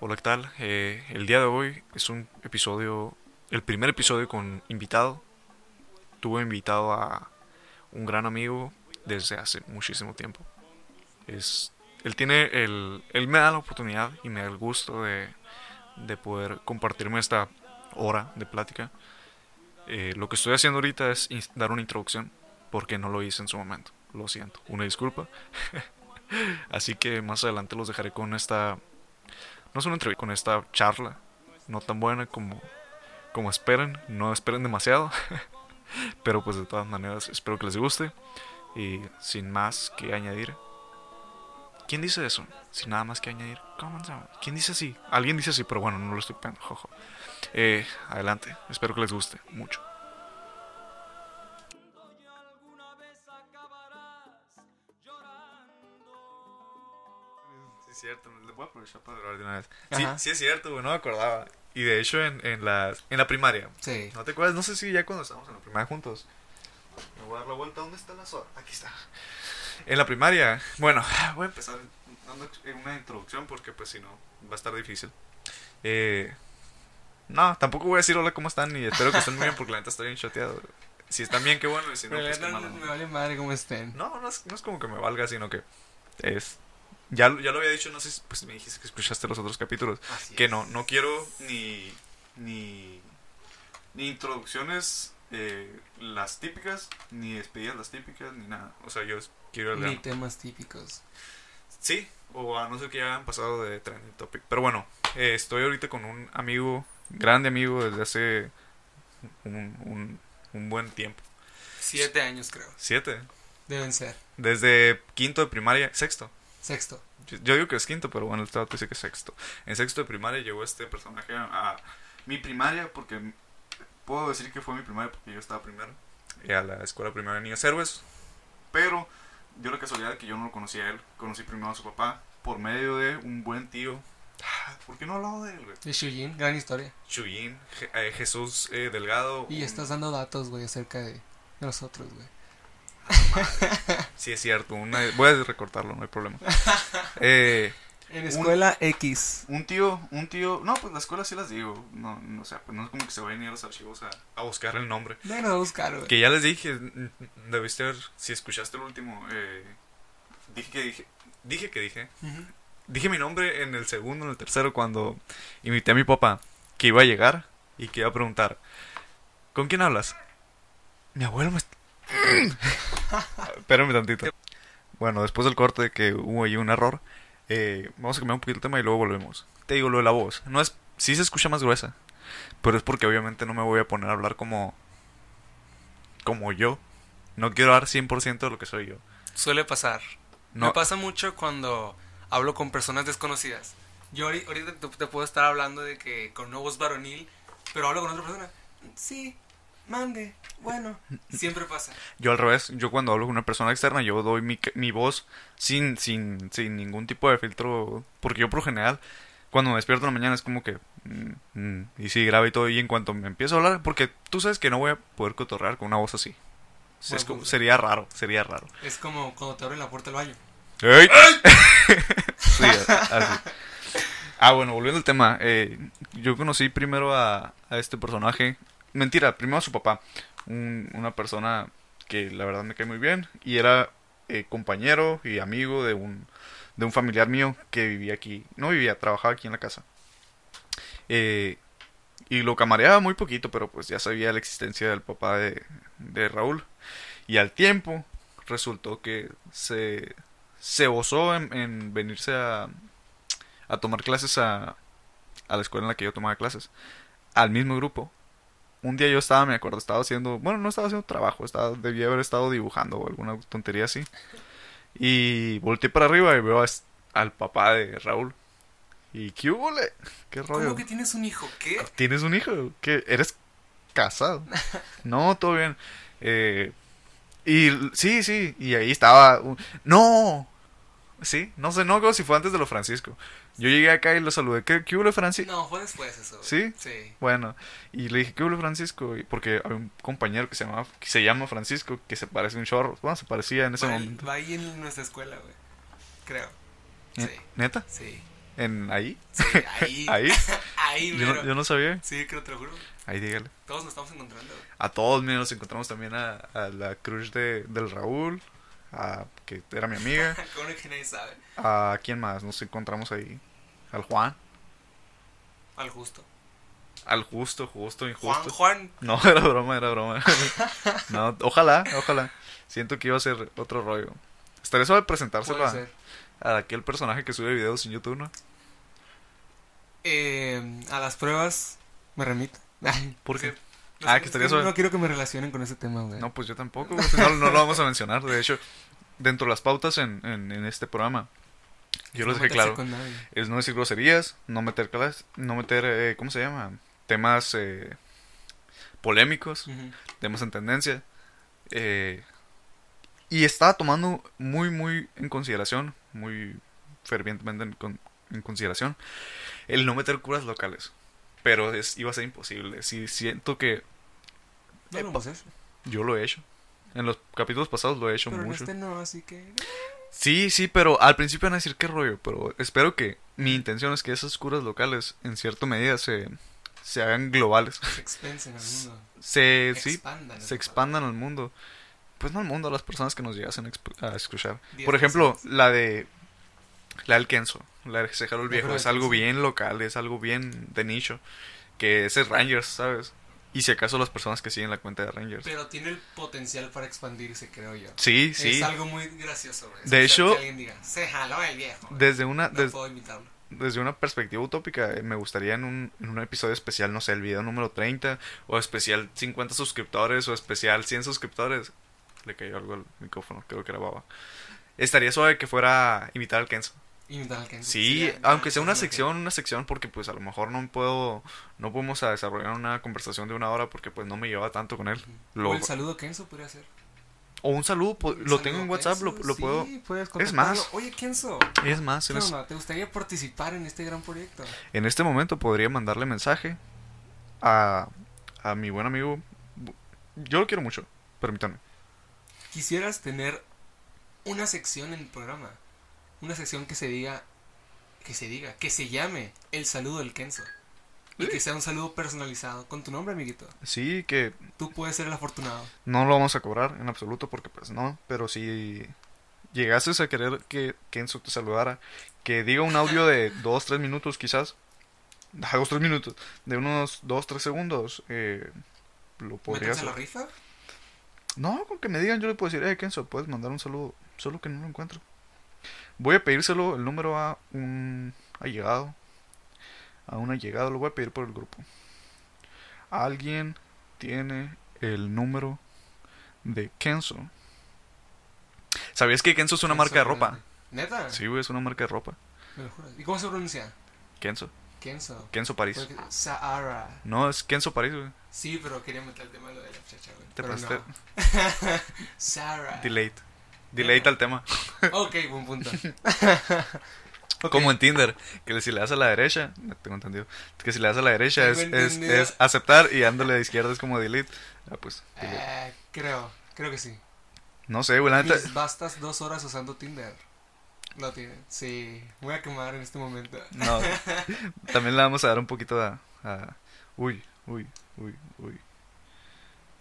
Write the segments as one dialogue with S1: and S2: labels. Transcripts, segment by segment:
S1: Hola, ¿qué tal? Eh, el día de hoy es un episodio, el primer episodio con invitado. Tuve invitado a un gran amigo desde hace muchísimo tiempo. Es, él, tiene el, él me da la oportunidad y me da el gusto de, de poder compartirme esta hora de plática. Eh, lo que estoy haciendo ahorita es ins- dar una introducción porque no lo hice en su momento. Lo siento, una disculpa. Así que más adelante los dejaré con esta no es una entrevista, con esta charla, no tan buena como, como esperan, no esperen demasiado, pero pues de todas maneras espero que les guste y sin más que añadir. ¿Quién dice eso? Sin nada más que añadir. Comenzamos. ¿Quién dice así? Alguien dice así, pero bueno, no lo estoy pegando. jojo. Eh, adelante, espero que les guste mucho.
S2: Sí, es cierto, le voy a aprovechar para hablar de una vez. Sí,
S3: Ajá.
S2: sí es cierto, güey, no me acordaba. Y de hecho, en, en, la, en la primaria,
S3: Sí.
S2: ¿no te acuerdas? No sé si ya cuando estábamos en la primaria juntos. Me voy a dar la vuelta, ¿dónde está la soda? Aquí está. En la primaria, bueno, ah, voy a empezar dando en una introducción porque, pues, si no, va a estar difícil. Eh, no, tampoco voy a decir hola, ¿cómo están? Y espero que estén muy bien porque la neta estoy bien choteado. Si están bien, qué bueno, y si no,
S3: Pero la
S2: pues qué
S3: neta,
S2: malo.
S3: me vale madre cómo estén.
S2: No, no es, no es como que me valga, sino que es... Ya, lo- ya lo había dicho, no sé si pues me dijiste que escuchaste los otros capítulos.
S3: Así
S2: Que
S3: es.
S2: no, no quiero ni... Ni, ni introducciones eh, las típicas, ni despedidas las típicas, ni nada. O sea, yo es- quiero
S3: Ni
S2: hablar...
S3: temas típicos.
S2: Sí, o a no ser que ya hayan pasado de trending topic. Pero bueno, eh, estoy ahorita con un amigo, grande amigo, desde hace un, un, un buen tiempo.
S3: Siete años creo.
S2: Siete.
S3: Deben ser.
S2: Desde quinto de primaria, sexto.
S3: Sexto.
S2: Yo- Yo digo que es quinto, pero bueno, el trato dice que es sexto. En sexto de primaria llegó este personaje a mi primaria, porque puedo decir que fue mi primaria porque yo estaba primero. Y a la escuela primaria de niños héroes. Pero dio la casualidad de que yo no lo conocía a él. Conocí primero a su papá por medio de un buen tío. Ah, ¿Por qué no hablaba de él, güey?
S3: De Shujin, gran historia.
S2: Chuyín, Je- eh, Jesús eh, Delgado.
S3: Y
S2: un-
S3: estás dando datos, güey, acerca de nosotros, güey.
S2: Sí, es cierto. una- Voy a recortarlo, no hay problema. Eh,
S3: En
S2: escuela
S3: X.
S2: Pues, Un tío, un tío, no, pues las escuelas sí las digo, no, no o sea, pues no es como que se vayan a ir a los archivos a, a buscar el nombre.
S3: No nos va a buscar, güey.
S2: Que ya les dije, mm, mm, debiste ver, si escuchaste el último, eh, dije que dije, dije que dije,
S3: Ujú.
S2: dije mi nombre en el segundo, en el tercero, cuando invité a mi papá, que iba a llegar y que iba a preguntar, ¿con quién hablas? Mi abuelo me... está- Espérame tantito. Bueno, después del corte de que hubo ahí un error, eh, vamos a cambiar un poquito el tema y luego volvemos. Te digo lo de la voz. No es, sí se escucha más gruesa, pero es porque obviamente no me voy a poner a hablar como, como yo. No quiero dar 100% de lo que soy yo.
S3: Suele pasar.
S2: No,
S3: Me pasa mucho cuando hablo con personas desconocidas. Yo ahori- ahorita te, te puedo estar hablando de que con una voz varonil, pero hablo con otra persona. Sí, mande, bueno, siempre pasa.
S2: Yo al revés, yo cuando hablo con una persona externa, yo doy mi, mi voz sin, sin, sin ningún tipo de filtro, porque yo por lo general, cuando me despierto en la mañana es como que, mm, mm, y sí, grave y todo, y en cuanto me empiezo a hablar, porque tú sabes que no voy a poder cotorrear con una voz así. Es
S3: Buen
S2: como-
S3: punto.
S2: sería raro, sería raro.
S3: Es como cuando te abren la puerta del baño.
S2: ¡Ey! Sí, a- así. Ah, bueno, volviendo al tema. eh, yo conocí primero a, a este personaje. Mentira, primero a su papá. un- una persona que la verdad me cae muy bien. Y era eh, compañero y amigo de un, de un familiar mío que vivía aquí. No vivía, trabajaba aquí en la casa. Eh, y lo camareaba muy poquito, pero pues ya sabía la existencia del papá de, de Raúl. Y al tiempo resultó que se, se osó en, en venirse a, a tomar clases a, a la escuela en la que yo tomaba clases, al mismo grupo. Un día yo estaba, me acuerdo, estaba haciendo, bueno, no estaba haciendo trabajo, estaba, debía haber estado dibujando o alguna tontería así. Y volteé para arriba y veo a es- al papá de Raúl. ¿Y qué hubo? le? ¿Qué rollo?
S3: ¿Cómo que tienes un hijo? ¿Qué?
S2: ¿Tienes un hijo? ¿Qué? ¿Eres casado? No, todo bien. Eh, y l- sí, sí, y ahí estaba... un- ¡No! Sí, no sé, no creo si fue antes de lo Francisco. Yo llegué acá y lo saludé. ¿Qué, qué hubo, Francisco?
S3: No, fue después eso. güey.
S2: ¿Sí?
S3: Sí.
S2: Bueno, y le dije, ¿qué hubo, Francisco? Y porque había un compañero que se, llamaba, que se llama Francisco, que se parece un chorro. Bueno, se parecía en ese
S3: va,
S2: momento.
S3: va ahí en nuestra escuela, güey. Creo.
S2: ¿Neta?
S3: Sí, sí.
S2: ¿En ahí?
S3: Sí, ahí.
S2: Eh. ¿Ahí?
S3: ahí,
S2: Yo no,
S3: mero.
S2: yo no sabía.
S3: Sí, creo, te lo juro.
S2: Ahí dígale.
S3: Todos nos estamos encontrando, güey.
S2: A todos, mira, nos encontramos también a, a la crush de, del Raúl, a, que era mi amiga.
S3: Qué bueno que nadie sabe.
S2: ¿A quién más? Nos encontramos ahí. Al Juan.
S3: Al justo.
S2: Al justo, justo,
S3: Juan,
S2: injusto.
S3: Juan.
S2: No, era broma, era broma. No, ojalá, ojalá. Siento que iba a ser otro rollo. Estaría suave presentárselo
S3: Puede
S2: a,
S3: ser.
S2: a aquel personaje que sube videos en YouTube, ¿no?
S3: Eh, a las pruebas me remito.
S2: ¿Por qué?
S3: Sí.
S2: Ah,
S3: sé,
S2: que estaría
S3: es no
S2: suave.
S3: quiero que me relacionen con ese tema, güey.
S2: No, pues yo tampoco. güey. No, no lo vamos a mencionar. De hecho, dentro de las pautas en, en, en este programa, yo
S3: No
S2: les dije
S3: meterse
S2: claro.
S3: con nadie.
S2: es no decir groserías, no meter clas- no meter, eh, ¿cómo se llama? Temas eh, polémicos,
S3: Ujú.
S2: temas en tendencia. eh, y estaba tomando muy, muy en consideración, muy fervientemente en, con- en consideración, el no meter curas locales. Pero es, iba a ser imposible. Si siento que
S3: No lo vamos a hacer.
S2: yo lo he hecho. En los capítulos pasados lo he hecho
S3: Pero en
S2: mucho.
S3: este no, así que.
S2: Sí, sí, pero al principio van a decir qué rollo, pero espero que mi intención es que esas curas locales en cierta medida se, se hagan globales,
S3: Se expensen al mundo.
S2: se, sí,
S3: Expandan.
S2: se expandan al mundo, pues no al mundo, a las personas que nos llegasen a, exp- a escuchar.
S3: Diez
S2: Por ejemplo,
S3: personas.
S2: la de la del Kenzo, la de Sejaro el
S3: La prueba
S2: Viejo,
S3: de
S2: es algo
S3: Kenzo.
S2: bien local, es algo bien de nicho, que es el Rangers, ¿sabes? Y si acaso las personas que siguen la cuenta de Rangers.
S3: Pero tiene el potencial para expandirse, creo yo.
S2: Sí, sí.
S3: Es algo muy gracioso, güey.
S2: De
S3: Escuchar
S2: hecho-
S3: que alguien diga, se jaló el viejo. güey".
S2: Desde una,
S3: No
S2: des-
S3: puedo imitarlo.
S2: desde una perspectiva utópica, eh, me gustaría en un, en un episodio especial, no sé, el video número 30, o especial 50 suscriptores, o especial 100 suscriptores. Le cayó algo al micrófono, creo que era baba. Estaría suave que fuera invitar al Kenzo.
S3: Imitar al Kenzo.
S2: Sí,
S3: Sería-
S2: aunque
S3: ah,
S2: sea
S3: es
S2: una
S3: lo que-
S2: sección, una sección, porque pues a lo mejor no puedo, no podemos a desarrollar una conversación de una hora porque pues no me llevaba tanto con él. Lo-
S3: O el saludo Kenzo podría ser.
S2: o un saludo, po-
S3: El
S2: lo tengo
S3: saludo
S2: en WhatsApp, lo,
S3: Kenzo,
S2: lo
S3: sí,
S2: puedo...
S3: puedes
S2: Es más.
S3: contactarlo. Oye, Kenzo,
S2: Es más,
S3: ¿qué
S2: en, es-
S3: onda? ¿Te gustaría participar en este gran proyecto?
S2: En este momento podría mandarle mensaje a, a mi buen amigo. Yo lo quiero mucho, permítanme.
S3: ¿Quisieras tener una sección en el programa? Una sección que se diga, que se diga, que se llame El saludo del Kenzo. Y
S2: ¿Eh?
S3: que sea un saludo personalizado con tu nombre, amiguito.
S2: Sí, que
S3: Tú puedes ser el afortunado.
S2: no lo vamos a cobrar en absoluto porque pues no, pero si llegases a querer que Kenzo te saludara, que diga un audio de 2, 3 minutos quizás, 2, 3 minutos, de unos 2, 3 segundos, eh, lo podrías...
S3: ¿Métanse a la rifa?
S2: No, con que me digan, yo le puedo decir, eh, Kenzo, puedes mandar un saludo, solo que no lo encuentro. Voy a pedírselo el número a un allegado. A un allegado, lo voy a pedir por el grupo. ¿Alguien tiene el número de Kenzo? ¿Sabías que Kenzo es una
S3: Kenzo, eh.
S2: marca de ropa?
S3: ¿Neta?
S2: Sí, güey, es una marca de ropa.
S3: Me lo juras. ¿Y cómo se pronuncia?
S2: Kenzo.
S3: Kenzo.
S2: Kenzo París.
S3: Porque- Sahara.
S2: No, es Kenzo París, güey.
S3: Sí, pero quería meter el tema de lo de la chacha, güey.
S2: Te
S3: Pero
S2: pasaste.
S3: no. Sara.
S2: Delayed. Delayed al tema.
S3: Ok, buen punto. Ok.
S2: Como en Tinder, que si le das a la derecha, no tengo entendido, que si le das a la derecha es,
S3: Tengo
S2: es-
S3: entendido.
S2: es aceptar y dándole a la izquierda es como delete. Ah, pues, delete.
S3: Eh, creo, creo que sí.
S2: No sé, güey, la neta.
S3: Mis bastas dos horas usando Tinder. Lo tienen. Sí, voy a quemar en este momento.
S2: No. También le vamos a dar un poquito a, a- Uy, uy, uy, uy.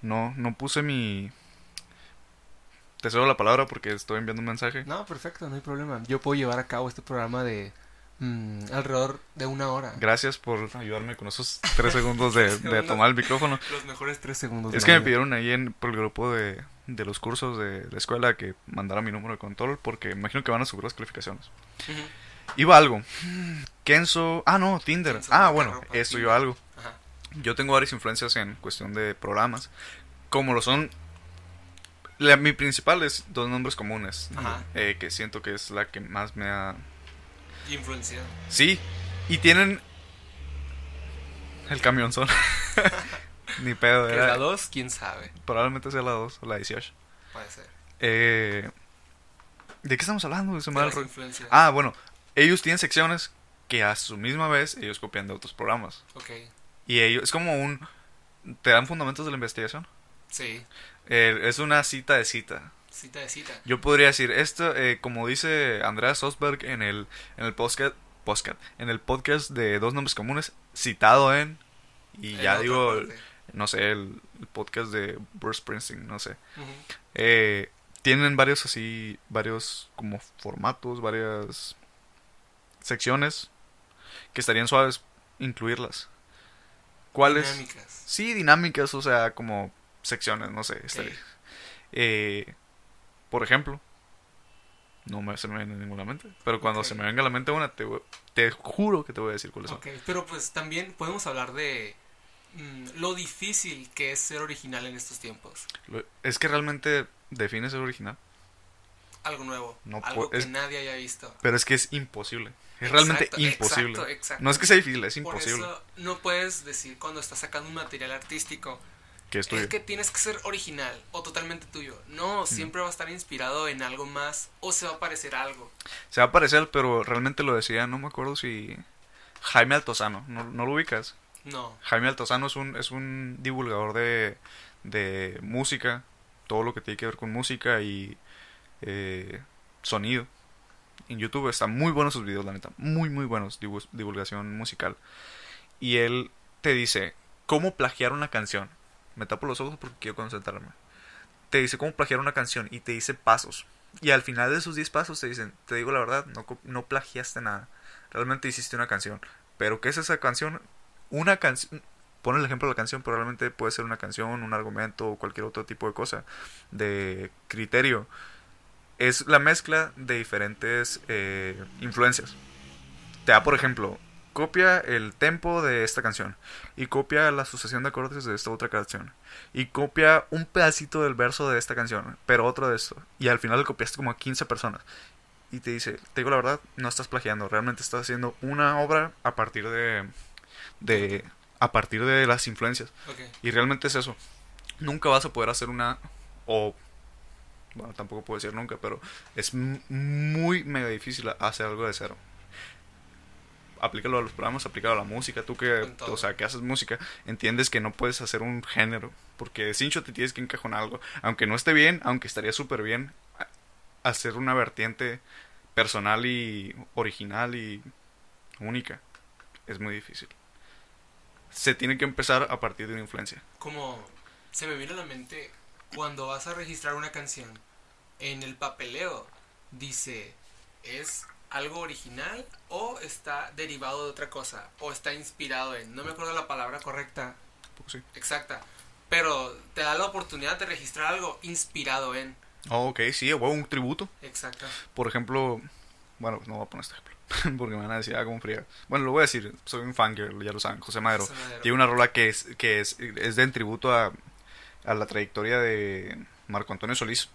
S2: No, no puse mi... Te cedo la palabra porque estoy enviando un mensaje.
S3: No, perfecto, no hay problema. Yo puedo llevar a cabo este programa de mm, alrededor de una hora.
S2: Gracias por ayudarme con esos tres segundos de, de tomar el micrófono.
S3: Los mejores tres segundos.
S2: Es que me pidieron ahí en, por el grupo de, de los cursos de la escuela que mandara mi número de control porque me imagino que van a subir las calificaciones.
S3: pidieron.
S2: Iba algo. Kenzo. Ah, no, Tinder.
S3: Kenzo,
S2: ah,
S3: marca
S2: bueno,
S3: ropa,
S2: eso
S3: Tinder.
S2: iba algo.
S3: Ajá.
S2: Yo tengo varias influencias en cuestión de programas. Como lo son. La, mi principal es dos nombres comunes.
S3: Ajá.
S2: eh, que siento que es la que más me ha.
S3: Y influenciado.
S2: Sí, y tienen. El camión son. Ni pedo,
S3: ¿Qué es la
S2: era.
S3: dos? ¿Quién sabe?
S2: Probablemente sea la 2 o la 18.
S3: Puede ser.
S2: Eh, ¿De qué estamos hablando? Se me va el
S3: Las
S2: rollo.
S3: influencias.
S2: Ah, bueno, ellos tienen secciones que a su misma vez ellos copian de otros programas.
S3: Ok,
S2: Y ellos, es como un... Te dan fundamentos de la investigación.
S3: sí.
S2: Eh, es una cita de cita.
S3: Cita de cita.
S2: Yo podría decir, esto, eh, como dice Andrea Sosberg en el, en el podcast, podcast, en el podcast de Dos Nombres Comunes, citado en, y
S3: En
S2: ya
S3: otra
S2: digo, el-
S3: parte.
S2: no sé, el, el podcast de Bruce Springsteen, no sé.
S3: Ujú.
S2: Eh, tienen varios así, varios como formatos, varias secciones que estarían suaves incluirlas. ¿Cuáles?
S3: Dinámicas.
S2: Sí, dinámicas, o sea, como secciones, no sé. estaría-
S3: Ey.
S2: Eh, por ejemplo, no me, se me viene ninguna a la mente, pero cuando
S3: Ok.
S2: se me venga a la mente una, te, voy- te juro que te voy a decir cuáles son.
S3: Ok, pero pues también podemos hablar de mm, lo difícil que es ser original en estos tiempos.
S2: Lo- Es que realmente defines el original,
S3: Algo nuevo,
S2: No
S3: algo
S2: pu-
S3: que
S2: es-
S3: nadie haya visto.
S2: pero es que es imposible. Es realmente
S3: Exacto,
S2: imposible.
S3: exacto, exacto.
S2: No es que sea difícil, es
S3: Por
S2: imposible
S3: eso no puedes decir cuando estás sacando un material artístico,
S2: que estudie.
S3: es que tienes que ser original o totalmente tuyo. No, siempre va a estar inspirado en algo más o se va a parecer a algo.
S2: Se va a parecer, pero realmente lo decía, no me acuerdo si Jaime Altozano, no, no lo ubicas.
S3: No.
S2: Jaime Altozano es un, es un divulgador de, de música, todo lo que tiene que ver con música y eh, sonido. En YouTube están muy buenos sus videos, la neta, muy, muy buenos, divu- divulgación musical. Y él te dice, ¿cómo plagiar una canción? Me tapo los ojos porque quiero concentrarme. Te dice cómo plagiar una canción y te dice pasos. Y al final de esos 10 pasos te dicen, te digo la verdad, no, co- no plagiaste nada. Realmente hiciste una canción. Pero ¿qué es esa canción? Una canción... Pon el ejemplo de la canción, pero realmente puede ser una canción, un argumento o cualquier otro tipo de cosa. De criterio. Es la mezcla de diferentes eh, influencias. Te da, por ejemplo, copia el tempo de esta canción. Y copia la sucesión de acordes de esta otra canción y copia un pedacito del verso de esta canción, pero otro de esto. Y al final lo copiaste como a 15 personas. Y te dice, te digo la verdad, no estás plagiando, realmente estás haciendo una obra a partir de, de a partir de las influencias.
S3: Ok.
S2: Y realmente es eso. Nunca vas a poder hacer una o bueno, tampoco puedo decir nunca, pero es m- muy mega difícil hacer algo de cero. Aplícalo a los programas, aplícalo a la música, tú que,
S3: Con todo.
S2: o sea, que haces música, entiendes que no puedes hacer un género, porque de cincho te tienes que encajonar algo, aunque no esté bien, aunque estaría súper bien a- hacer una vertiente personal y original y única. Es muy difícil. Se tiene que empezar a partir de una influencia.
S3: Como se me vino a la mente cuando vas a registrar una canción, en el papeleo dice, ¿es algo original o está derivado de otra cosa? ¿O está inspirado en? No me acuerdo la palabra correcta,
S2: Tampoco Pues sí.
S3: exacta, pero te da la oportunidad de registrar algo inspirado en.
S2: Oh, ok, sí, huevo, un tributo.
S3: Exacto.
S2: Por ejemplo, bueno, no voy a poner este ejemplo, porque me van a decir, ah, como fría. Bueno, lo voy a decir, soy un fangirl, ya lo saben, José Madero.
S3: José Madero.
S2: Tiene una rola que es, que es, es de en tributo a, a la trayectoria de Marco Antonio Solís.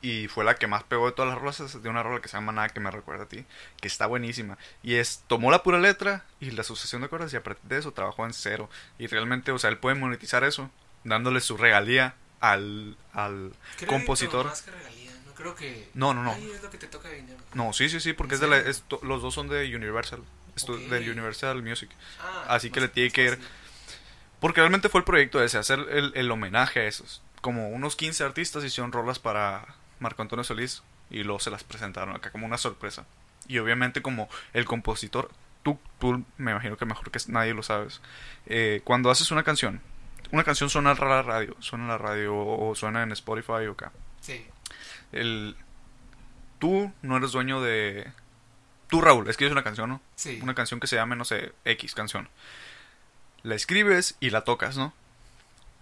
S2: Y fue la que más pegó de todas las rolas, de una rola que se llama Nada que me recuerda a ti, que está buenísima. Y es, tomó la pura letra y la sucesión de acordes y a partir de eso trabajó en cero. Y realmente, o sea, él puede monetizar eso, dándole su regalía al, al
S3: Crédito
S2: compositor.
S3: Más que regalía, no creo que...
S2: No, no, no.
S3: Ay, es lo que te toca de dinero.
S2: No, sí, sí, sí, porque es
S3: ¿En
S2: de la-
S3: serio?
S2: es to- los dos son de Universal, estu-
S3: Ok.
S2: de Universal Music.
S3: Ah,
S2: Así que
S3: más-
S2: le tiene
S3: más
S2: que ir-
S3: fácil.
S2: Porque realmente fue el proyecto ese, hacer el, el homenaje a esos. Como unos 15 artistas hicieron rolas para Marco Antonio Solís y luego se las presentaron acá como una sorpresa. Y obviamente como el compositor, tú, tú me imagino que mejor que nadie lo sabes, eh, cuando haces una canción, una canción suena en la radio, suena en la radio o o suena en Spotify o acá.
S3: Sí.
S2: El, tú no eres dueño de... Tú Raúl, escribes una canción, ¿no?
S3: Sí.
S2: una canción que se llame, no sé, X canción. La escribes y la tocas, ¿no?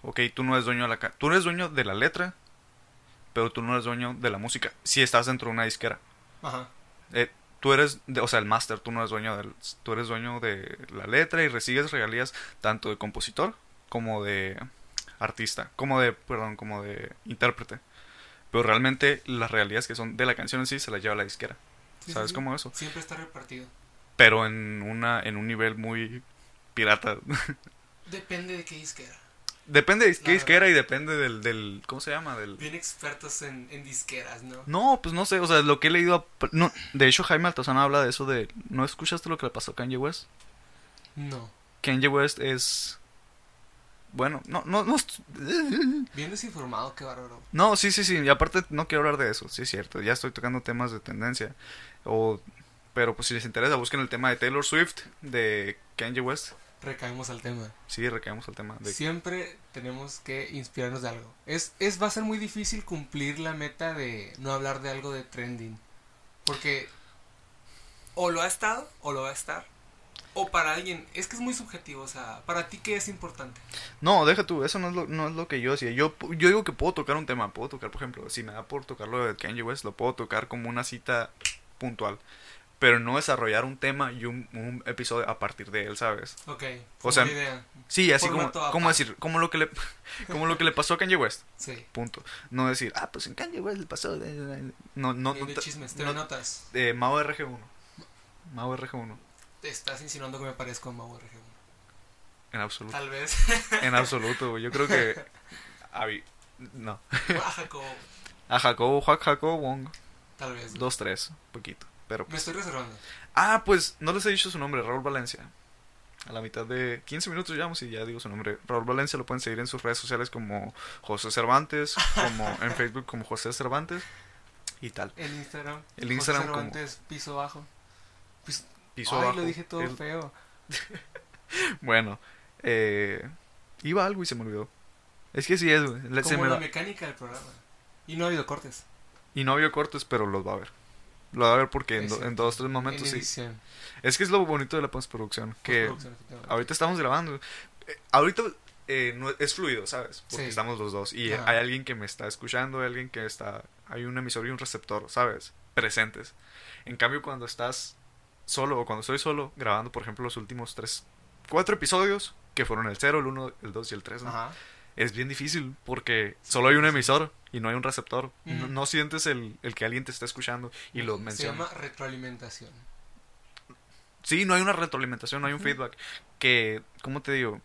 S2: Ok, tú no eres dueño de la ca- tú eres dueño de la letra, pero tú no eres dueño de la música. Si estás dentro de una disquera,
S3: Ajá.
S2: Eh, tú eres, de- o sea, el máster, tú no eres dueño del, tú eres dueño de la letra y recibes regalías tanto de compositor como de artista, como de, perdón, como de intérprete. Pero realmente las regalías que son de la canción en sí se las lleva la disquera.
S3: Sí, sí,
S2: ¿Sabes
S3: sí.
S2: cómo eso?
S3: Siempre está repartido.
S2: pero en una en un nivel muy pirata.
S3: Depende de qué disquera.
S2: depende de qué
S3: La
S2: disquera y depende del, del ¿cómo se llama? del
S3: Bien expertos en, en disqueras, ¿no?
S2: No, pues no sé, o sea, lo que he leído a- no, de hecho Jaime Altozano habla de eso de ¿no escuchaste lo que le pasó a Kanye West?
S3: No.
S2: Kanye West es bueno, no no no est-
S3: Bien desinformado, qué bárbaro.
S2: No, sí, sí, sí, y aparte no quiero hablar de eso, sí es cierto, ya estoy tocando temas de tendencia o Pero pues si les interesa, busquen el tema de Taylor Swift, de Kanye West.
S3: Recaemos al tema.
S2: Sí, recaemos al tema. De...
S3: Siempre tenemos que inspirarnos de algo. Es, es, va a ser muy difícil cumplir la meta de no hablar de algo de trending. Porque o lo ha estado o lo va a estar. O para alguien, es que es muy subjetivo, o sea, para ti qué es importante.
S2: No, deja tú, eso no es lo, no es lo que yo decía. Yo, yo digo que puedo tocar un tema, puedo tocar, por ejemplo, si me da por tocar lo de Kanye West, lo puedo tocar como una cita puntual. Pero no desarrollar un tema y un, un episodio a partir de él, ¿sabes?
S3: Ok.
S2: O sea, idea. sí, así Formato como, ¿cómo decir? Como lo, que le, como lo que le pasó a Kanye West.
S3: Sí.
S2: Punto. No decir, ah, pues en Kanye West le pasó. De, de, de. No, no.
S3: Bien
S2: no,
S3: de chismes, te no, notas.
S2: Eh, Mao RG1. Mao RG1.
S3: Te estás insinuando que me parezco a Mau RG1.
S2: En absoluto.
S3: Tal vez.
S2: en absoluto, güey. Yo creo que. Abi. No.
S3: a Jacobo.
S2: A Jacobo, Juan Jacobo Wong.
S3: Tal vez. ¿no?
S2: Dos, tres, poquito. Pero
S3: Me estoy reservando.
S2: Ah, pues no les he dicho su nombre, Raúl Valencia. A la mitad de 15 minutos llegamos y ya digo su nombre. Raúl Valencia lo pueden seguir en sus redes sociales como José Cervantes, como en Facebook como José Cervantes y tal.
S3: El Instagram.
S2: El Instagram
S3: José Cervantes como... piso bajo. Piso,
S2: piso
S3: Ay,
S2: bajo.
S3: lo dije todo
S2: El-
S3: feo.
S2: Bueno, eh, iba algo y se me olvidó. Es que sí es, güey. Le- se
S3: Como
S2: me
S3: la
S2: va-
S3: mecánica del programa. Y no ha habido cortes.
S2: Y no vio cortes, pero los va a ver. Lo va a ver porque en,
S3: Es
S2: do-
S3: cierto.
S2: en dos tres momentos
S3: en
S2: sí.
S3: edición.
S2: Es que es lo bonito de la postproducción. Que
S3: postproducción, efectivamente.
S2: ahorita estamos grabando. Eh, ahorita eh, no, es fluido, ¿sabes? Porque
S3: Sí.
S2: estamos los dos. Y
S3: Ajá.
S2: hay alguien que me está escuchando, hay alguien que está. Hay un emisor y un receptor, ¿sabes? Presentes. En cambio, cuando estás solo o cuando estoy solo grabando, por ejemplo, los últimos tres, cuatro episodios, que fueron el 0, el 1, el 2 y el 3,
S3: Ajá.
S2: es bien difícil porque solo hay un emisor y no hay un receptor. No,
S3: Ujú.
S2: no sientes el, el que alguien te está escuchando y lo
S3: Se
S2: menciona.
S3: llama retroalimentación.
S2: Sí, no hay una retroalimentación, no hay un feedback. Que, ¿cómo te digo?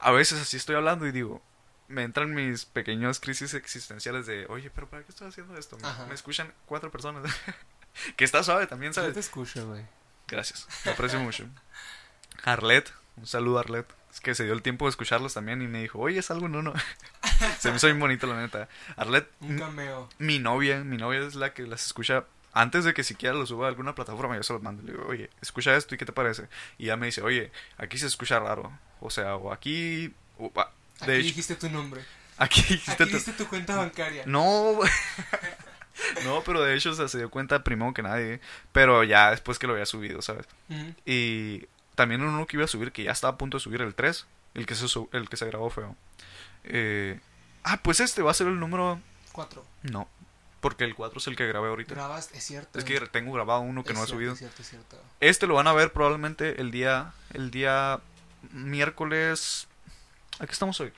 S2: A veces así estoy hablando y digo, me entran mis pequeñas crisis existenciales de, oye, pero ¿para qué estoy haciendo esto? Me,
S3: Ajá.
S2: me escuchan cuatro personas. que está suave también,
S3: Yo te
S2: ¿sabes?
S3: escucho, güey.
S2: Gracias, lo aprecio mucho. Arlet, un saludo a Arlet, es que se dio el tiempo de escucharlos también y me dijo, oye, es algo no, no. se me hizo bien bonito, la neta. Arlet,
S3: Un cameo.
S2: mi novia, mi novia es la que las escucha antes de que siquiera lo suba a alguna plataforma, yo se los mando. Le digo, oye, escucha esto y qué te parece. Y ya me dice, oye, aquí se escucha raro. O sea, o aquí. o pa-
S3: Aquí
S2: de hecho,
S3: dijiste tu nombre.
S2: aquí dijiste
S3: Aquí
S2: tu-
S3: diste tu cuenta bancaria.
S2: No, güey. no, pero de hecho o sea, se dio cuenta primero que nadie. Pero ya después que lo había subido, ¿sabes?
S3: Ujú.
S2: Y también uno que iba a subir, que ya estaba a punto de subir el 3, el que se, su- el que se grabó feo. Eh, ah, pues este va a ser el número.
S3: Cuatro.
S2: No, porque el 4 es el que grabé ahorita.
S3: Grabas, es cierto.
S2: Es que tengo grabado uno que
S3: Es
S2: no he
S3: cierto,
S2: subido.
S3: Es cierto, es cierto.
S2: Este lo van a ver probablemente el día el día miércoles. Aquí estamos hoy.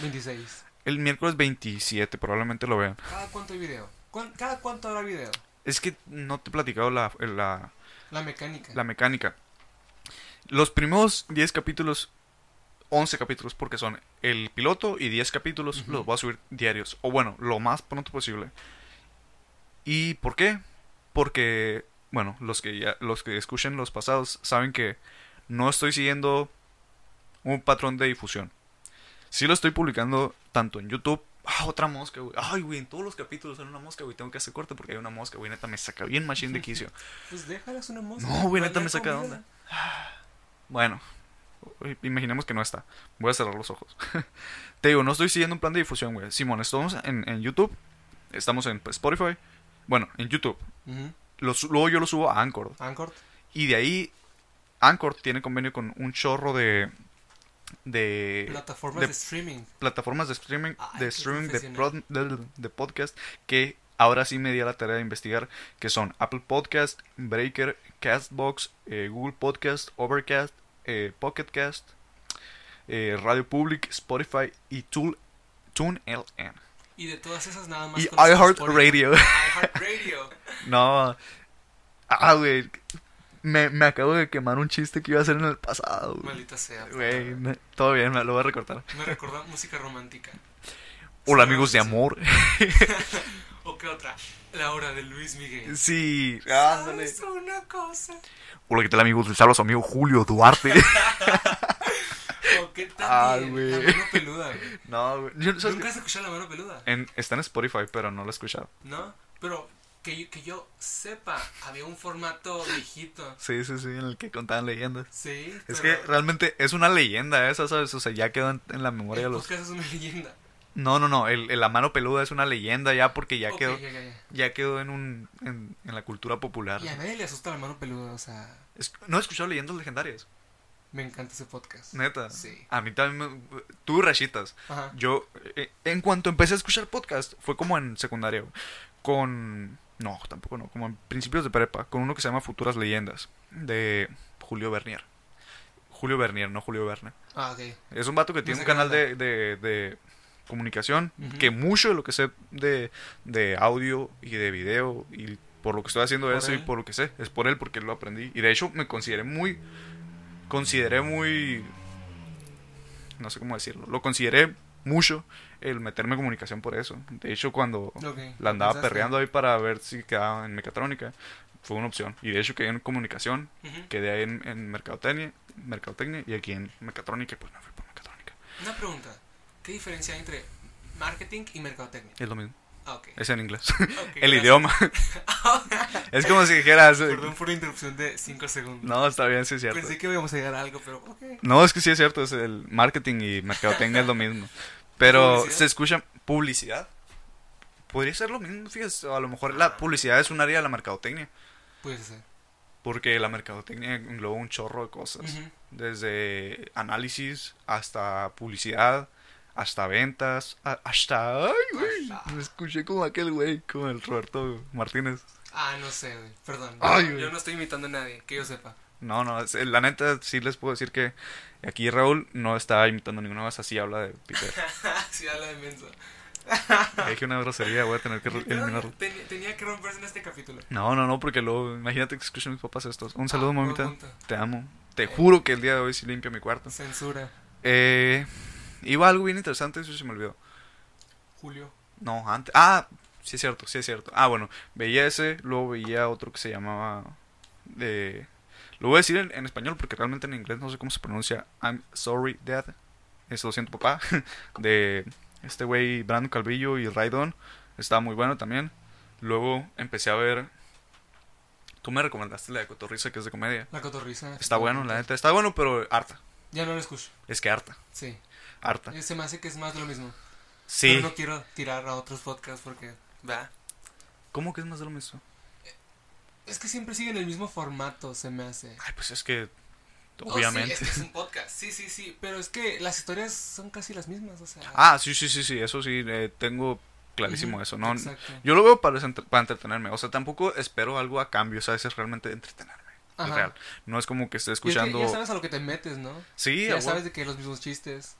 S3: 26.
S2: El miércoles 27 probablemente lo vean.
S3: ¿Cada cuánto hay video? ¿Cuán- ¿Cada cuánto habrá video?
S2: Es que no te he platicado la, la,
S3: La mecánica.
S2: la mecánica. Los primeros 10 capítulos, 11 capítulos, porque son el piloto y 10 capítulos,
S3: Ujú.
S2: los voy a subir diarios. O bueno, lo más pronto posible. ¿Y por qué? Porque, bueno, los que, ya, los que escuchen los pasados saben que no estoy siguiendo un patrón de difusión. Sí lo estoy publicando tanto en YouTube. Ah, otra mosca, güey. Ay, güey, en todos los capítulos hay una mosca, güey. Tengo que hacer corte porque hay una mosca, güey. Neta, me saca bien machine de quicio.
S3: Pues déjalas una mosca.
S2: No, güey,
S3: Hay
S2: neta
S3: la
S2: me saca de
S3: comida.
S2: onda. Bueno, uy, imaginemos que no está. Voy a cerrar los ojos. Te digo, no estoy siguiendo un plan de difusión, güey. Simón, estamos en, en YouTube. Estamos en Spotify. Bueno, en YouTube.
S3: Ujú.
S2: Lo su- luego yo lo subo a Anchor.
S3: Anchor.
S2: Y de ahí, Anchor tiene convenio con un chorro de. de
S3: Plataformas
S2: Eh, de-
S3: de, streaming.
S2: plataformas de streaming,
S3: Ay,
S2: de,
S3: qué
S2: streaming de,
S3: profesional.
S2: prod- de- de podcast que ahora sí me di a la tarea de investigar, que son Apple Podcast, Breaker, Castbox, eh, Google Podcast, Overcast, eh, Pocket Cast, eh, Radio Public, Spotify y Tool, TuneLN.
S3: Y de todas esas nada más.
S2: Y
S3: conoces
S2: iHeartRadio.
S3: Spotify. iHeartRadio.
S2: no. Ah, güey. Me, me acabo de quemar un chiste que iba a hacer en el pasado. güey.
S3: Maldita sea. puta.
S2: Güey, no- todo bien, me lo voy a recortar.
S3: Me recordó música romántica.
S2: Hola
S3: Sí,
S2: amigos de
S3: sí.
S2: amor.
S3: ¿O qué otra? La hora de Luis Miguel.
S2: Sí, ándale.
S3: ¿Sabes una cosa?
S2: Hola, ¿qué tal amigos? Les habla su amigo Julio Duarte.
S3: ¿O qué tal?
S2: Ah,
S3: bien?
S2: güey.
S3: La mano peluda, güey.
S2: no, güey. Yo- ¿sabes
S3: ¿Nunca has escuchado la mano peluda?
S2: qué? En- está en Spotify, pero no lo he escuchado.
S3: ¿No? Pero que yo, que yo sepa, había un formato viejito.
S2: Sí, sí, sí, en el que contaban leyendas.
S3: Sí,
S2: Es que
S3: pero
S2: realmente es una leyenda esa, ¿sabes? O sea, ya quedó en, en la memoria de
S3: el
S2: los...
S3: podcast es una leyenda.
S2: No, no, no, el, el la mano peluda es una leyenda ya porque ya
S3: Ok,
S2: quedó,
S3: ok, ok.
S2: ya quedó en, un, en, en la cultura popular.
S3: Y a nadie le asusta la mano peluda, o sea,
S2: Es- no he escuchado leyendas legendarias,
S3: me encanta ese podcast.
S2: neta.
S3: Sí.
S2: A mí también me... Tú, rachitas.
S3: Ajá.
S2: Yo, eh, en cuanto empecé a escuchar podcast, fue como en secundaria, güey, con... No, tampoco no, como en principios de prepa, con uno que se llama Futuras Leyendas, de Julio Bernier. Julio Bernier, no Julio Verne.
S3: Ah, ok.
S2: Es un vato que
S3: No
S2: tiene
S3: sé
S2: un
S3: qué
S2: canal
S3: onda.
S2: de, de- de comunicación,
S3: Ujú.
S2: que mucho de lo que sé de, de audio y de video, y por lo que estoy haciendo
S3: Por
S2: eso y
S3: él.
S2: por lo que sé, es por él porque lo aprendí. Y de hecho me consideré muy... Consideré muy... No sé cómo decirlo. Lo consideré mucho el meterme en comunicación por eso. De hecho cuando
S3: Ok,
S2: la andaba
S3: pensaste.
S2: perreando ahí para ver si quedaba en mecatrónica, fue una opción. Y de hecho quedé en comunicación
S3: Ujú.
S2: quedé ahí en, en mercadotecnia, mercadotecnia y aquí en mecatrónica, pues me fui por mecatrónica.
S3: Una pregunta. ¿Qué diferencia hay entre marketing y mercadotecnia?
S2: Es lo mismo,
S3: Ah, ok.
S2: es en inglés.
S3: Ok,
S2: El
S3: gracias.
S2: idioma. es como si dijeras... eh,
S3: Perdón por la interrupción de 5 segundos.
S2: No, está bien, sí es cierto.
S3: Pensé que íbamos a llegar a algo, pero ok.
S2: No, es que sí es cierto, es el marketing y mercadotecnia es lo mismo. Pero
S3: ¿Publicidad?
S2: se escucha publicidad. Podría ser lo mismo, fíjate, a lo mejor la publicidad es un área de la mercadotecnia,
S3: Puede ser.
S2: porque la mercadotecnia engloba un chorro de cosas.
S3: Ujú.
S2: desde análisis hasta publicidad, hasta ventas, a- hasta... ¡Ay, güey!
S3: Hasta.
S2: Me escuché como aquel güey, como el Roberto Martínez.
S3: Ah, no sé, güey. Perdón.
S2: Ay,
S3: yo,
S2: güey.
S3: yo no estoy imitando a nadie, que yo sepa.
S2: No, no, es- la neta sí les puedo decir que aquí Raúl no está imitando ninguna voz así, habla de Peter.
S3: Ah, sí, habla de menso.
S2: Hay que una grosería, voy a tener que eliminarlo.
S3: Ten- tenía que romperse en este capítulo.
S2: No, no, no, porque luego, imagínate que escuchen mis papás estos. Un saludo,
S3: Ah, buen
S2: mamita.
S3: punto.
S2: Te amo. Te juro que el día de hoy sí limpio mi cuarto.
S3: Censura,
S2: Eh, iba algo bien interesante, eso se me olvidó.
S3: Julio.
S2: No, antes. Ah, sí es cierto, sí es cierto. Ah, bueno, veía ese, luego veía otro que se llamaba. De, lo voy a decir en, en español porque realmente en inglés no sé cómo se pronuncia. I'm sorry, dad. Es lo siento, papá. De este güey, Brando Calvillo y Raidon. Estaba muy bueno también. Luego empecé a ver. Tú me recomendaste la de Cotorrisa, que es de comedia.
S3: La cotorriza.
S2: Está bueno, la neta. Está bueno, pero harta.
S3: Ya no lo escucho.
S2: Es que harta.
S3: Sí.
S2: Harta.
S3: Eh, Se me hace que es más de lo mismo.
S2: Sí.
S3: Pero no quiero tirar a otros podcasts porque. Va.
S2: ¿Cómo que es más de lo mismo?
S3: Es que siempre siguen el mismo formato, se me hace.
S2: Ay, pues es que.
S3: Oh,
S2: Obviamente.
S3: sí, es, que es un podcast. Sí, sí, sí. Pero es que las historias son casi las mismas, o sea.
S2: Ah, sí, sí, sí, sí, eso sí, eh, tengo clarísimo
S3: ujú,
S2: eso, ¿no?
S3: Exacto.
S2: Yo lo veo para, desent- para entretenerme, o sea, tampoco espero algo a cambio, o sea, eso es realmente entretenerme, es
S3: Ajá.
S2: real. No es como que esté
S3: Y es que
S2: escuchando,
S3: ya sabes a lo que te metes, ¿no?
S2: sí, a
S3: ya
S2: huevo,
S3: sabes de que los mismos chistes.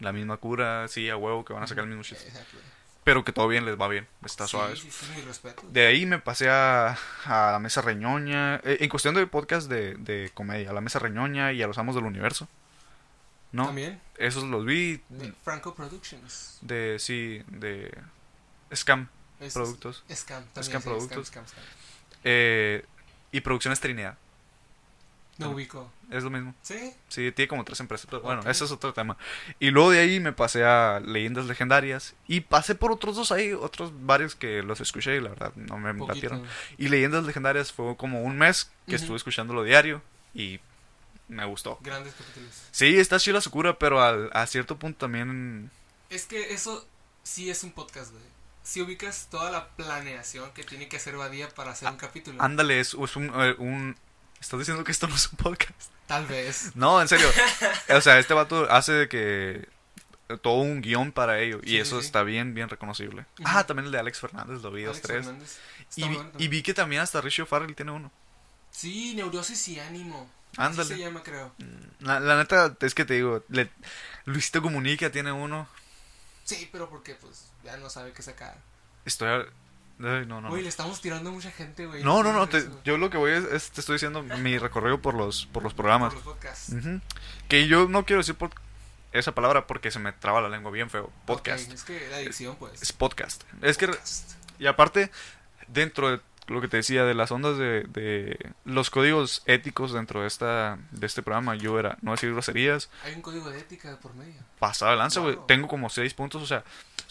S2: la misma cura, sí, a huevo, que van a sacar el mismo chiste,
S3: Exacto.
S2: pero que todo bien, les va bien, está
S3: sí,
S2: suave.
S3: Sí, sí, mi respeto.
S2: De ahí me pasé a, a la mesa reñoña, eh, en cuestión de podcast de, de comedia, a la mesa reñoña y a los amos del universo, ¿no? Mm.
S3: También.
S2: Esos los vi
S3: De Franco Productions.
S2: de, sí, de Scam
S3: Este Es-
S2: Productos.
S3: Scam. También,
S2: Scam
S3: sí,
S2: Productos.
S3: Scam, scam, scam.
S2: Eh, y Producciones Trinidad.
S3: No ubico.
S2: Es lo mismo.
S3: ¿Sí?
S2: Sí, tiene como tres empresas, pero bueno,
S3: Ok.
S2: ese es otro tema. Y luego de ahí me pasé a Leyendas Legendarias. Y pasé por otros dos ahí, otros varios que los escuché y la verdad no me
S3: Poquito.
S2: latieron. Y Leyendas Legendarias fue como un mes que
S3: Ujú.
S2: estuve escuchándolo diario y me gustó.
S3: Grandes capítulos.
S2: Sí, está chila su cura, pero al- a cierto punto
S3: Mm.
S2: también...
S3: Es que eso sí es un podcast, güey. Si ubicas toda la planeación que tiene que hacer Badía para hacer
S2: Ah,
S3: un capítulo.
S2: Ándale, es, es un, eh, un- ¿Estás diciendo que esto no es un podcast?
S3: Tal vez.
S2: No, en serio. o sea, este vato hace de que... Todo un guión para ello. Y
S3: Sí, sí,
S2: eso
S3: sí.
S2: está bien, bien reconocible.
S3: Ujú.
S2: Ah, también el de Alex Fernández, lo vi los
S3: Alex
S2: tres.
S3: Fernández. Está
S2: Y vi,
S3: bueno
S2: y
S3: también.
S2: vi que también hasta Richie Farrell tiene uno.
S3: Sí, neurosis y ánimo. Así
S2: Ándale.
S3: se llama, creo.
S2: la, la neta es que te digo, le- Luisito Comunica tiene uno.
S3: Sí, pero porque pues ya no sabe qué sacar.
S2: Estoy... a- Ay, no, no.
S3: Güey,
S2: no.
S3: le estamos tirando a mucha gente, güey.
S2: No, no, no,
S3: Por
S2: te-
S3: eso,
S2: yo lo que voy es, es- te estoy diciendo mi recorrido por los, por los
S3: por
S2: programas.
S3: los podcasts.
S2: Ujú. Que yo no quiero decir por esa palabra porque se me traba la lengua bien feo. Podcast.
S3: Ok, es que la adicción, pues.
S2: Es podcast. Es que,
S3: Podcast.
S2: y aparte, dentro de lo que te decía de las ondas de, de los códigos éticos dentro de esta de este programa, yo era no decir groserías,
S3: Hay un código de ética de por medio.
S2: pasado de lanza, güey.
S3: Wow.
S2: Tengo como seis puntos, o sea,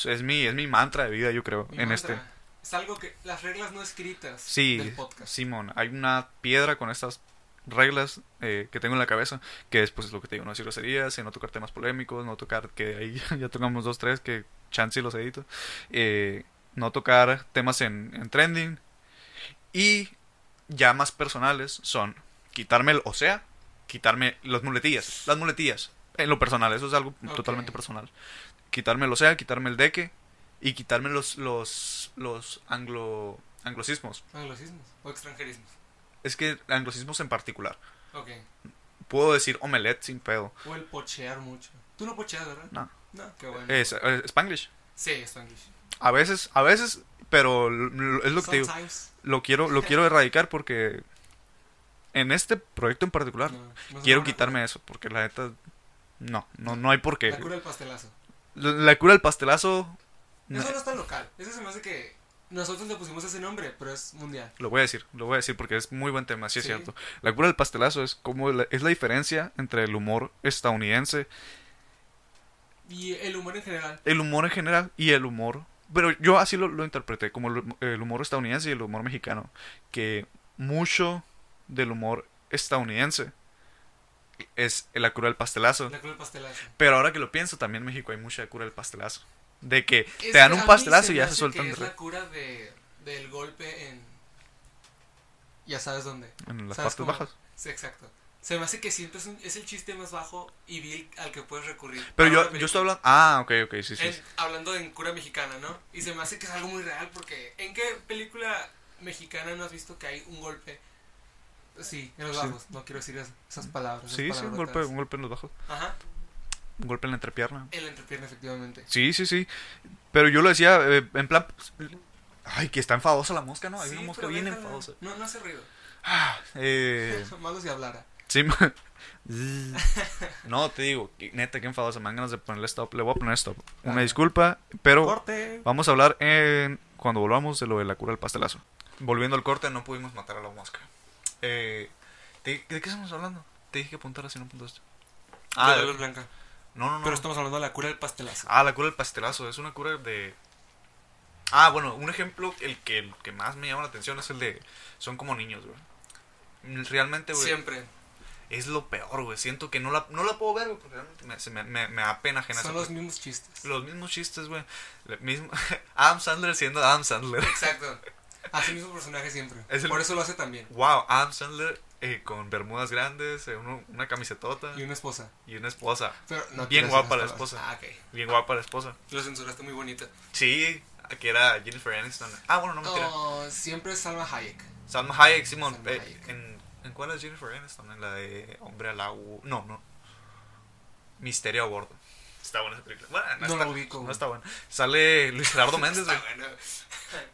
S2: es mi, es mi mantra de vida, yo creo,
S3: Mi
S2: en
S3: mantra.
S2: este.
S3: Es algo que. Las reglas no escritas
S2: Sí,
S3: del podcast.
S2: Simón, hay una piedra con estas reglas eh, que tengo en la cabeza, que es pues lo que te digo, no decir groserías, eh, no tocar temas polémicos, no tocar, que ahí ya tocamos dos, tres, que chance y los edito, eh, no tocar temas en, en trending, y ya más personales son quitarme el o sea, quitarme las muletillas, las muletillas, en lo personal, eso es algo
S3: Ok.
S2: totalmente personal, quitarme el o sea, quitarme el de que, y quitarme los, los, los anglo, anglosismos.
S3: Anglosismos o extranjerismos.
S2: Es que anglosismos en particular.
S3: Ok.
S2: Puedo decir omelette sin pedo.
S3: O el pochear mucho. Tú no pocheas, ¿verdad?
S2: No.
S3: No, qué bueno.
S2: Es, es Spanglish.
S3: sí, es Spanglish.
S2: A veces, a veces, pero l- l- es lo que te digo.
S3: Sometimes.
S2: Lo quiero, lo quiero erradicar porque en este proyecto en particular
S3: No, no se
S2: quiero
S3: van a-
S2: quitarme eso. Porque la neta, no, no, no hay por qué.
S3: La cura del pastelazo.
S2: La, la cura del pastelazo, no,
S3: Eso no es tan local. Eso se me hace que nosotros le pusimos ese nombre, pero es mundial.
S2: lo voy a decir, lo voy a decir porque es muy buen tema, sí es
S3: Sí.
S2: cierto. La cura del pastelazo es como la- es la diferencia entre el humor estadounidense
S3: Y el humor en general.
S2: el humor en general y el humor. Pero yo así lo, lo interpreté, como el, el humor estadounidense y el humor mexicano. Que mucho del humor estadounidense es la cura del pastelazo.
S3: La cura del pastelazo.
S2: Pero ahora que lo pienso, también en México hay mucha cura del pastelazo. De que
S3: Es
S2: te dan
S3: que a
S2: un
S3: mí
S2: pastelazo
S3: se
S2: y
S3: me
S2: ya
S3: hace
S2: se sueltan
S3: que
S2: de
S3: Es la
S2: re-
S3: cura de, del golpe en. Ya sabes dónde.
S2: en las
S3: ¿Sabes
S2: partes
S3: cómo? Ah,
S2: bajas.
S3: Sí, exacto. Se me hace que siempre es, un- es el chiste más bajo y vil al que puedes recurrir.
S2: Pero
S3: para una
S2: yo, yo
S3: película.
S2: estoy hablando. Ah, ok, ok, sí, sí.
S3: En- hablando en cura mexicana, ¿no? Y se me hace que es algo muy real porque ¿en qué película mexicana no has visto que hay un golpe? Sí, en los
S2: Sí.
S3: bajos. No quiero decir es- esas palabras. esas
S2: Sí, sí, un golpe,
S3: palabrotas.
S2: un golpe en los bajos.
S3: Ajá,
S2: Un golpe en la entrepierna.
S3: en la entrepierna, efectivamente.
S2: Sí, sí, sí. Pero yo lo decía eh, en plan. Ay, que está enfadosa la mosca, ¿no? Hay
S3: Sí,
S2: una mosca
S3: pero
S2: bien
S3: déjala.
S2: enfadosa.
S3: No, no hace ruido.
S2: Eh,
S3: Malo si hablara.
S2: sí, ma- Zzz. no, te digo, que- neta, que enfadosa. Me dan ganas de ponerle stop. Le voy a poner stop. Una
S3: Ah.
S2: disculpa, pero
S3: Corte.
S2: vamos a hablar en- cuando volvamos de lo de la cura del pastelazo. Volviendo al corte, no pudimos matar a la mosca. Eh, te- ¿De qué estamos hablando? Te dije que apuntaras y no apuntaste.
S3: Ah,
S2: Ah,
S3: de la luz blanca.
S2: no, no, no.
S3: Pero estamos hablando de la cura del pastelazo.
S2: Ah, la cura del pastelazo. Es una cura de. Ah, bueno, un ejemplo, el que, el que más me llama la atención es el de. Son como niños, güey. Realmente, güey.
S3: Siempre.
S2: Es lo peor, güey. Siento que no la, no la puedo ver, güey, porque realmente me, se me, me, me da pena ajena.
S3: Son
S2: esa
S3: los
S2: cosa.
S3: mismos chistes.
S2: los mismos chistes, güey. La misma- Adam Sandler siendo Adam Sandler.
S3: Exacto. Hace el mismo personaje siempre.
S2: Es el-
S3: Por eso lo hace también.
S2: Wow, Adam Sandler eh, con bermudas grandes, eh, uno- una camisetota
S3: Y una esposa.
S2: y una esposa.
S3: Pero no
S2: Bien
S3: quiero decir
S2: guapa
S3: las
S2: la
S3: palabras.
S2: esposa.
S3: Ah, ok.
S2: Bien guapa la esposa.
S3: Lo censuraste muy bonito.
S2: Sí, que era Jennifer Aniston. Ah, bueno, no mentira.
S3: No, siempre es Salma Hayek.
S2: Salma Hayek, Simón.
S3: Oh. Salma
S2: eh,
S3: Hayek.
S2: En, ¿En cuál es Jennifer Aniston? En la de Hombre al agua. No, no. Misterio a bordo. Está buena esa película. Bueno, no,
S3: No
S2: está,
S3: la ubico,
S2: no
S3: güey.
S2: está buena. Sale Luis Gerardo Méndez, güey.
S3: Está bueno.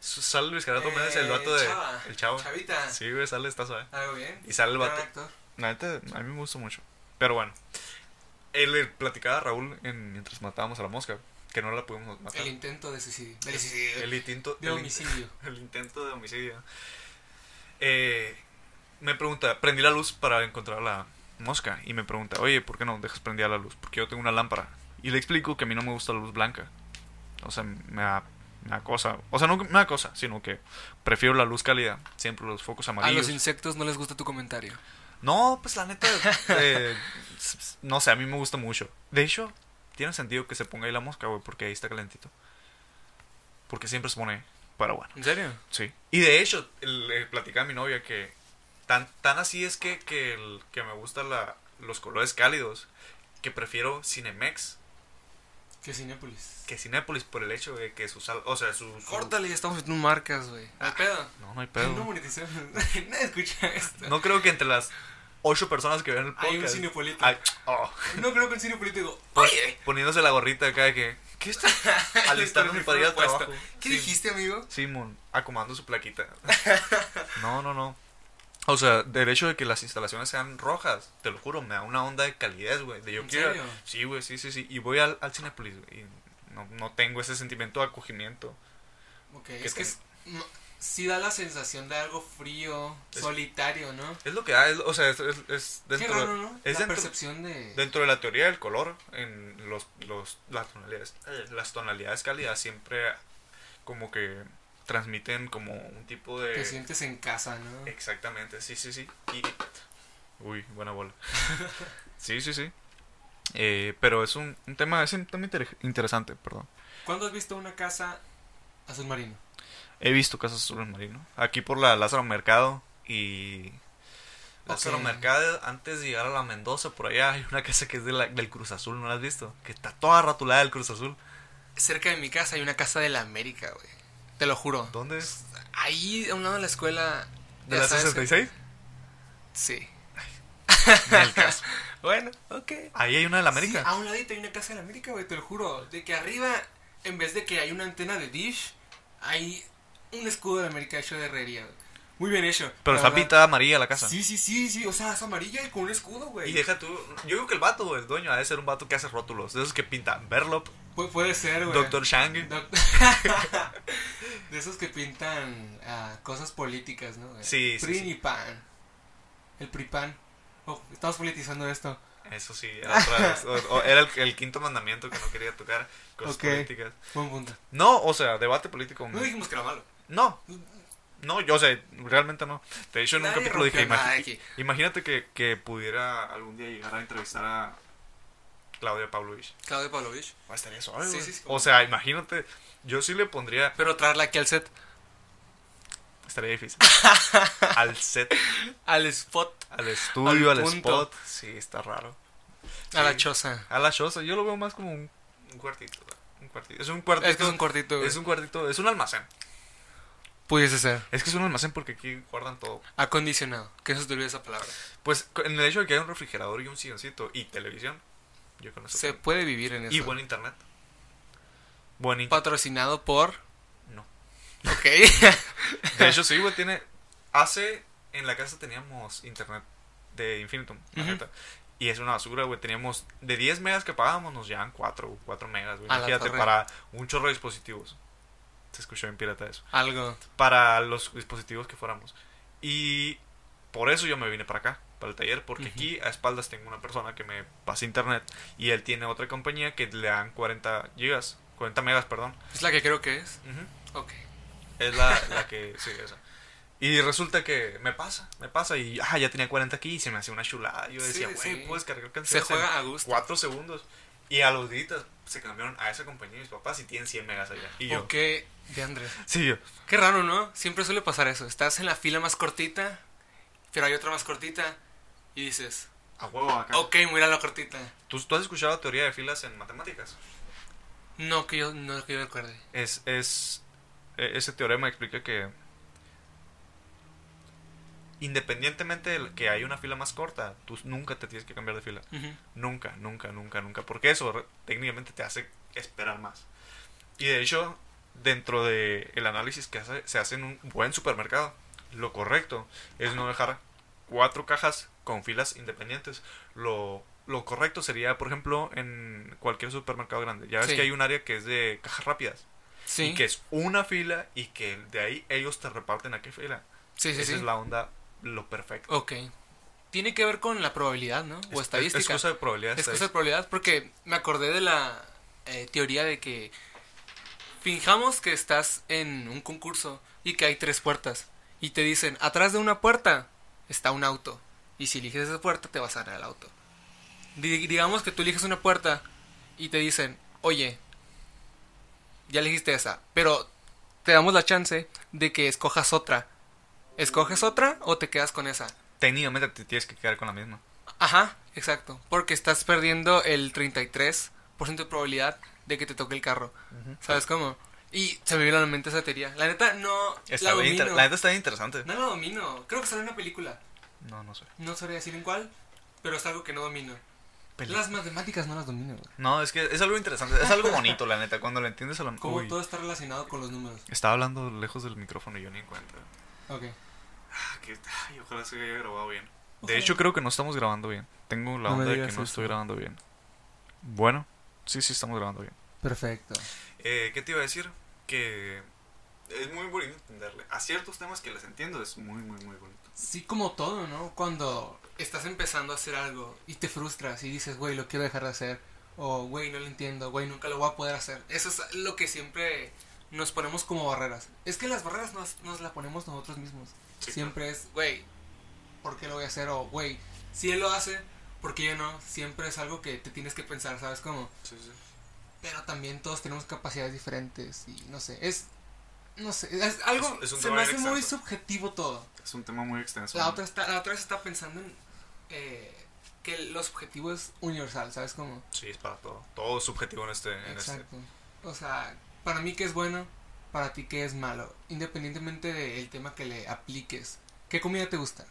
S2: Su- Sale Luis Gerardo
S3: Eh,
S2: Méndez, el vato de.
S3: Chava.
S2: El chavo.
S3: Chavita.
S2: Sí, güey, sale, está suave.
S3: Algo bien.
S2: Y sale el
S3: Gran
S2: vato.
S3: actor.
S2: La neta, a mí me gusta mucho. Pero bueno. Él le platicaba a Raúl en- mientras matábamos a la mosca. Que no la pudimos matar.
S3: El intento de suicidio. De,
S2: El intento
S3: de
S2: el in-
S3: homicidio.
S2: El intento de homicidio. Eh, me pregunta, prendí la luz para encontrar la mosca. Y me pregunta, oye, ¿por qué no dejas prendida la luz? Porque yo tengo una lámpara. Y le explico que a mí no me gusta la luz blanca. O sea, me da, me da cosa. O sea, no que me da cosa, sino que prefiero la luz cálida. Siempre los focos
S3: A
S2: amarillos.
S3: los insectos no les gusta tu comentario.
S2: No, pues la neta, eh, s- s- no sé, a mí me gusta mucho. De hecho, tiene sentido que se ponga ahí la mosca, güey, porque ahí está calentito. Porque siempre se pone, pero bueno.
S3: ¿En serio?
S2: Sí. Y de hecho, le platicaba a mi novia que tan, tan así es que, que, el- que me gustan la, los colores cálidos que prefiero Cinemex
S3: Que Cinépolis.
S2: que Cinépolis por el hecho de que su sal, o sea, su... su-
S3: Córtale, ya estamos en marcas, güey. ¿Al pedo?
S2: No, no hay Ah,
S3: No
S2: pedo.
S3: monetizamos. Nadie escucha esto.
S2: No creo que entre las ocho personas que ven el podcast...
S3: Hay un cine político.
S2: Ay, oh,
S3: No creo que un cine político.
S2: pon-
S3: Oye,
S2: poniéndose la gorrita acá de que... ¿Qué está? Alistándome para ir al
S3: Puesto.
S2: trabajo.
S3: ¿Qué
S2: Sí.
S3: dijiste, amigo?
S2: Simón, acomodando su plaquita. No, no, no. O sea, del hecho de que las instalaciones sean rojas, te lo juro, me da una onda de calidez, güey. De yo
S3: ¿En
S2: quiero.
S3: serio?
S2: Sí, güey, sí, sí, sí. Y voy al, al Cinepolis, güey. y No, no tengo ese sentimiento de acogimiento.
S3: Ok, es que es, no, sí da la sensación de algo frío,
S2: Es-
S3: solitario, ¿no?
S2: Es lo que da, es- o sea, es, es- es
S3: Qué
S2: dentro,
S3: raro, ¿no?
S2: es
S3: la
S2: dentro,
S3: percepción de...
S2: dentro de la teoría del color, en los, los, las tonalidades. eh, Las tonalidades cálidas siempre como que transmiten como un tipo de... Eh.
S3: Te sientes en casa, ¿no?
S2: Exactamente, sí, sí, sí. Y- Uy, buena bola. sí, sí, sí. Eh, pero es un, un tema, es un tema inter- interesante, perdón.
S3: ¿Cuándo has visto una casa azul marino?
S2: He visto casas azules marino. Aquí por la Lázaro Mercado y... Lázaro
S3: Ok.
S2: Mercado, antes de llegar a la Mendoza, por allá hay una casa que es de la- del Cruz Azul, ¿no la has visto? Que está toda ratulada del Cruz Azul.
S3: Cerca de mi casa hay una casa de la América, güey. Te lo juro.
S2: ¿Dónde es?
S3: Ahí a un lado de la escuela.
S2: ¿De
S3: ya
S2: la
S3: sabes,
S2: 66?
S3: Sí.
S2: En el caso.
S3: Bueno, ok.
S2: Ahí hay una de la América.
S3: Sí, ah, a un ladito hay una casa de la América, güey, te lo juro. De que arriba, en vez de que hay una antena de Dish, hay un escudo de la América hecho de herrería, güey. Muy bien hecho.
S2: pero
S3: la
S2: está
S3: verdad.
S2: pintada amarilla la casa.
S3: Sí, sí, sí, sí. O sea, es amarilla y con un escudo,
S2: Y
S3: güey.
S2: deja tú. Yo creo que el vato, el dueño, ha de ser un vato que hace rótulos. De esos que pintan. Verlop,
S3: Pu- puede ser, güey.
S2: Doctor Shang.
S3: Doc- de esos que pintan ah, cosas políticas, ¿no? güey?
S2: Sí, sí,
S3: PRI
S2: sí.
S3: ni PAN. El PRI PAN. Oh, estamos politizando esto.
S2: Eso sí, era, otra vez. O- o era el, el quinto mandamiento que no quería tocar. Cosas
S3: Ok.
S2: políticas.
S3: Buen punto.
S2: No, o sea, debate político.
S3: No dijimos que era malo.
S2: No. No, yo sé, realmente no. De hecho, en un
S3: Nadie
S2: capítulo dije:
S3: rompió nada
S2: "Imagi-
S3: aquí.
S2: Imagínate que, que pudiera algún día llegar a entrevistar a Claudia Pavlovich.
S3: Claudio Pavlovich.
S2: Estaría suave,
S3: Sí,
S2: güey.
S3: sí, sí.
S2: O sea, imagínate. Yo sí le pondría.
S3: Pero traerla aquí al set.
S2: Estaría difícil. Al set,
S3: Al spot.
S2: al estudio,
S3: Al
S2: al,
S3: punto.
S2: spot. Sí, está raro.
S3: A
S2: Sí.
S3: la choza.
S2: A la choza, yo lo veo más como un, un cuartito. Un cuartito. Es un cuartito.
S3: Es que es un cortito, güey.
S2: es un cuartito, es un almacén.
S3: Pudiese ser.
S2: Es que es un almacén porque aquí guardan todo.
S3: Acondicionado. Que eso se te olvide esa palabra.
S2: Pues co- en el hecho de que hay un refrigerador y un silloncito y televisión, yo con eso
S3: Se
S2: tengo.
S3: puede vivir en eso.
S2: Y buen internet. Buen internet.
S3: Patrocinado por.
S2: No.
S3: Ok.
S2: De hecho, sí, güey, tiene. Hace. En la casa teníamos internet de Infinitum, la
S3: Ujú.
S2: neta. Y es una basura, güey. Teníamos. De 10 megas que pagábamos, nos llevan 4, 4 megas, güey.
S3: A la
S2: Imagínate,
S3: torre.
S2: para un chorro de dispositivos. Se escuchó en pirata eso.
S3: Algo.
S2: Para los dispositivos que fuéramos. Y. Por eso yo me vine para acá, para el taller, porque
S3: Ujú.
S2: aquí a espaldas tengo una persona que me pasa internet y él tiene otra compañía que le dan 40 gigas, 40 megas, perdón.
S3: Es la que creo que es.
S2: Ujú.
S3: Ok.
S2: Es la, la que. Sí, esa. Y resulta que me pasa, me pasa. Y ah, ya tenía 40 aquí y se me hacía una chulada. Yo
S3: Sí,
S2: decía, güey,
S3: sí.
S2: puedes cargar
S3: Se
S2: canciones
S3: juega
S2: en
S3: a gusto.
S2: 4 segundos. Y a los días se cambiaron a esa compañía mis papás y tienen 100 megas allá. Y yo,
S3: Ok. De Andrés.
S2: sí, yo.
S3: Qué raro, ¿no? Siempre suele pasar eso. Estás en la fila más cortita. Pero hay otra más cortita. Y dices.
S2: A huevo acá.
S3: Ok, mira la cortita.
S2: ¿Tú, tú has escuchado teoría de filas en matemáticas?
S3: No que yo, no que yo recuerde.
S2: Es, es. e- Ese teorema explica que. Independientemente de que hay una fila más corta, tú nunca te tienes que cambiar de fila.
S3: Ujú.
S2: Nunca, nunca, nunca, nunca. Porque eso re- técnicamente te hace esperar más. Y de hecho, dentro de el análisis que hace- se hace en un buen supermercado, lo correcto es no dejar cuatro cajas con filas independientes. Lo, lo correcto sería, por ejemplo, en cualquier supermercado grande. Ya ves
S3: Sí.
S2: que hay un área que es de cajas rápidas.
S3: Sí.
S2: Y que es una fila y que de ahí ellos te reparten a qué fila.
S3: Sí, sí,
S2: Esa
S3: sí.
S2: es la onda, lo perfecto.
S3: Ok. Tiene que ver con la probabilidad, ¿no? O
S2: Es- es-
S3: estadística.
S2: Es cosa de probabilidad.
S3: Es cosa de probabilidad porque me acordé de la eh, teoría de que finjamos que estás en un concurso y que hay tres puertas y te dicen, atrás de una puerta está un auto y si eliges esa puerta te vas a ganar el auto. Di- digamos que tú eliges una puerta y te dicen, oye, ya elegiste esa, pero te damos la chance de que escojas otra. ¿Escoges otra o te quedas con esa?
S2: Técnicamente te tienes que quedar con la misma.
S3: Ajá, exacto. Porque estás perdiendo el 33% de probabilidad de que te toque el carro. ¿Sabes cómo? Y se me vino a la mente esa teoría. La neta, no
S2: Está
S3: la
S2: bien
S3: domino.
S2: inter- la neta está bien interesante.
S3: No la domino. Creo que sale en una película.
S2: No, no sé.
S3: No sabría decir en cuál, pero es algo que no domino.
S2: Peli-
S3: Las matemáticas no las domino. güey.
S2: No, es que es algo interesante. Es algo bonito, la neta. Cuando lo entiendes a la
S3: Cómo
S2: Uy,
S3: todo está relacionado con los números.
S2: Estaba hablando lejos del micrófono y yo ni en cuenta.
S3: Ok.
S2: Ah, que- ay, ojalá se haya grabado bien.
S3: Ojalá.
S2: De hecho, creo que no estamos grabando bien. Tengo la
S3: No me
S2: onda de que
S3: digas
S2: no
S3: eso.
S2: estoy grabando bien. Bueno, sí, sí, estamos grabando bien.
S3: Perfecto.
S2: Eh, ¿Qué te iba a decir? Que es muy bonito entenderle. A ciertos temas que les entiendo es muy, muy, muy bonito.
S3: Sí, como todo, ¿no? Cuando estás empezando a hacer algo y te frustras y dices, güey, lo quiero dejar de hacer, o güey, no lo entiendo, güey, nunca lo voy a poder hacer. Eso es lo que siempre nos ponemos como barreras. Es que las barreras nos, nos las ponemos nosotros mismos. Siempre es, güey, ¿por qué lo voy a hacer? O, güey, si él lo hace, ¿por qué yo no? Siempre es algo que te tienes que pensar, ¿sabes cómo?
S2: Sí, sí.
S3: Pero también todos tenemos capacidades diferentes y no sé, es... No sé, es algo...
S2: Es- es un
S3: se
S2: tema
S3: me hace
S2: bien
S3: muy
S2: extenso.
S3: subjetivo todo.
S4: Es un tema muy extenso.
S3: La
S4: ¿no?
S3: otra, está, la otra vez estaba pensando en eh, que el objetivo es universal, ¿sabes cómo?
S2: Sí, es para todo. Todo es subjetivo en este. En este.
S3: Exacto. O sea, para mí que es bueno, para ti que es malo, independientemente del tema que le apliques. ¿Qué comida te gusta?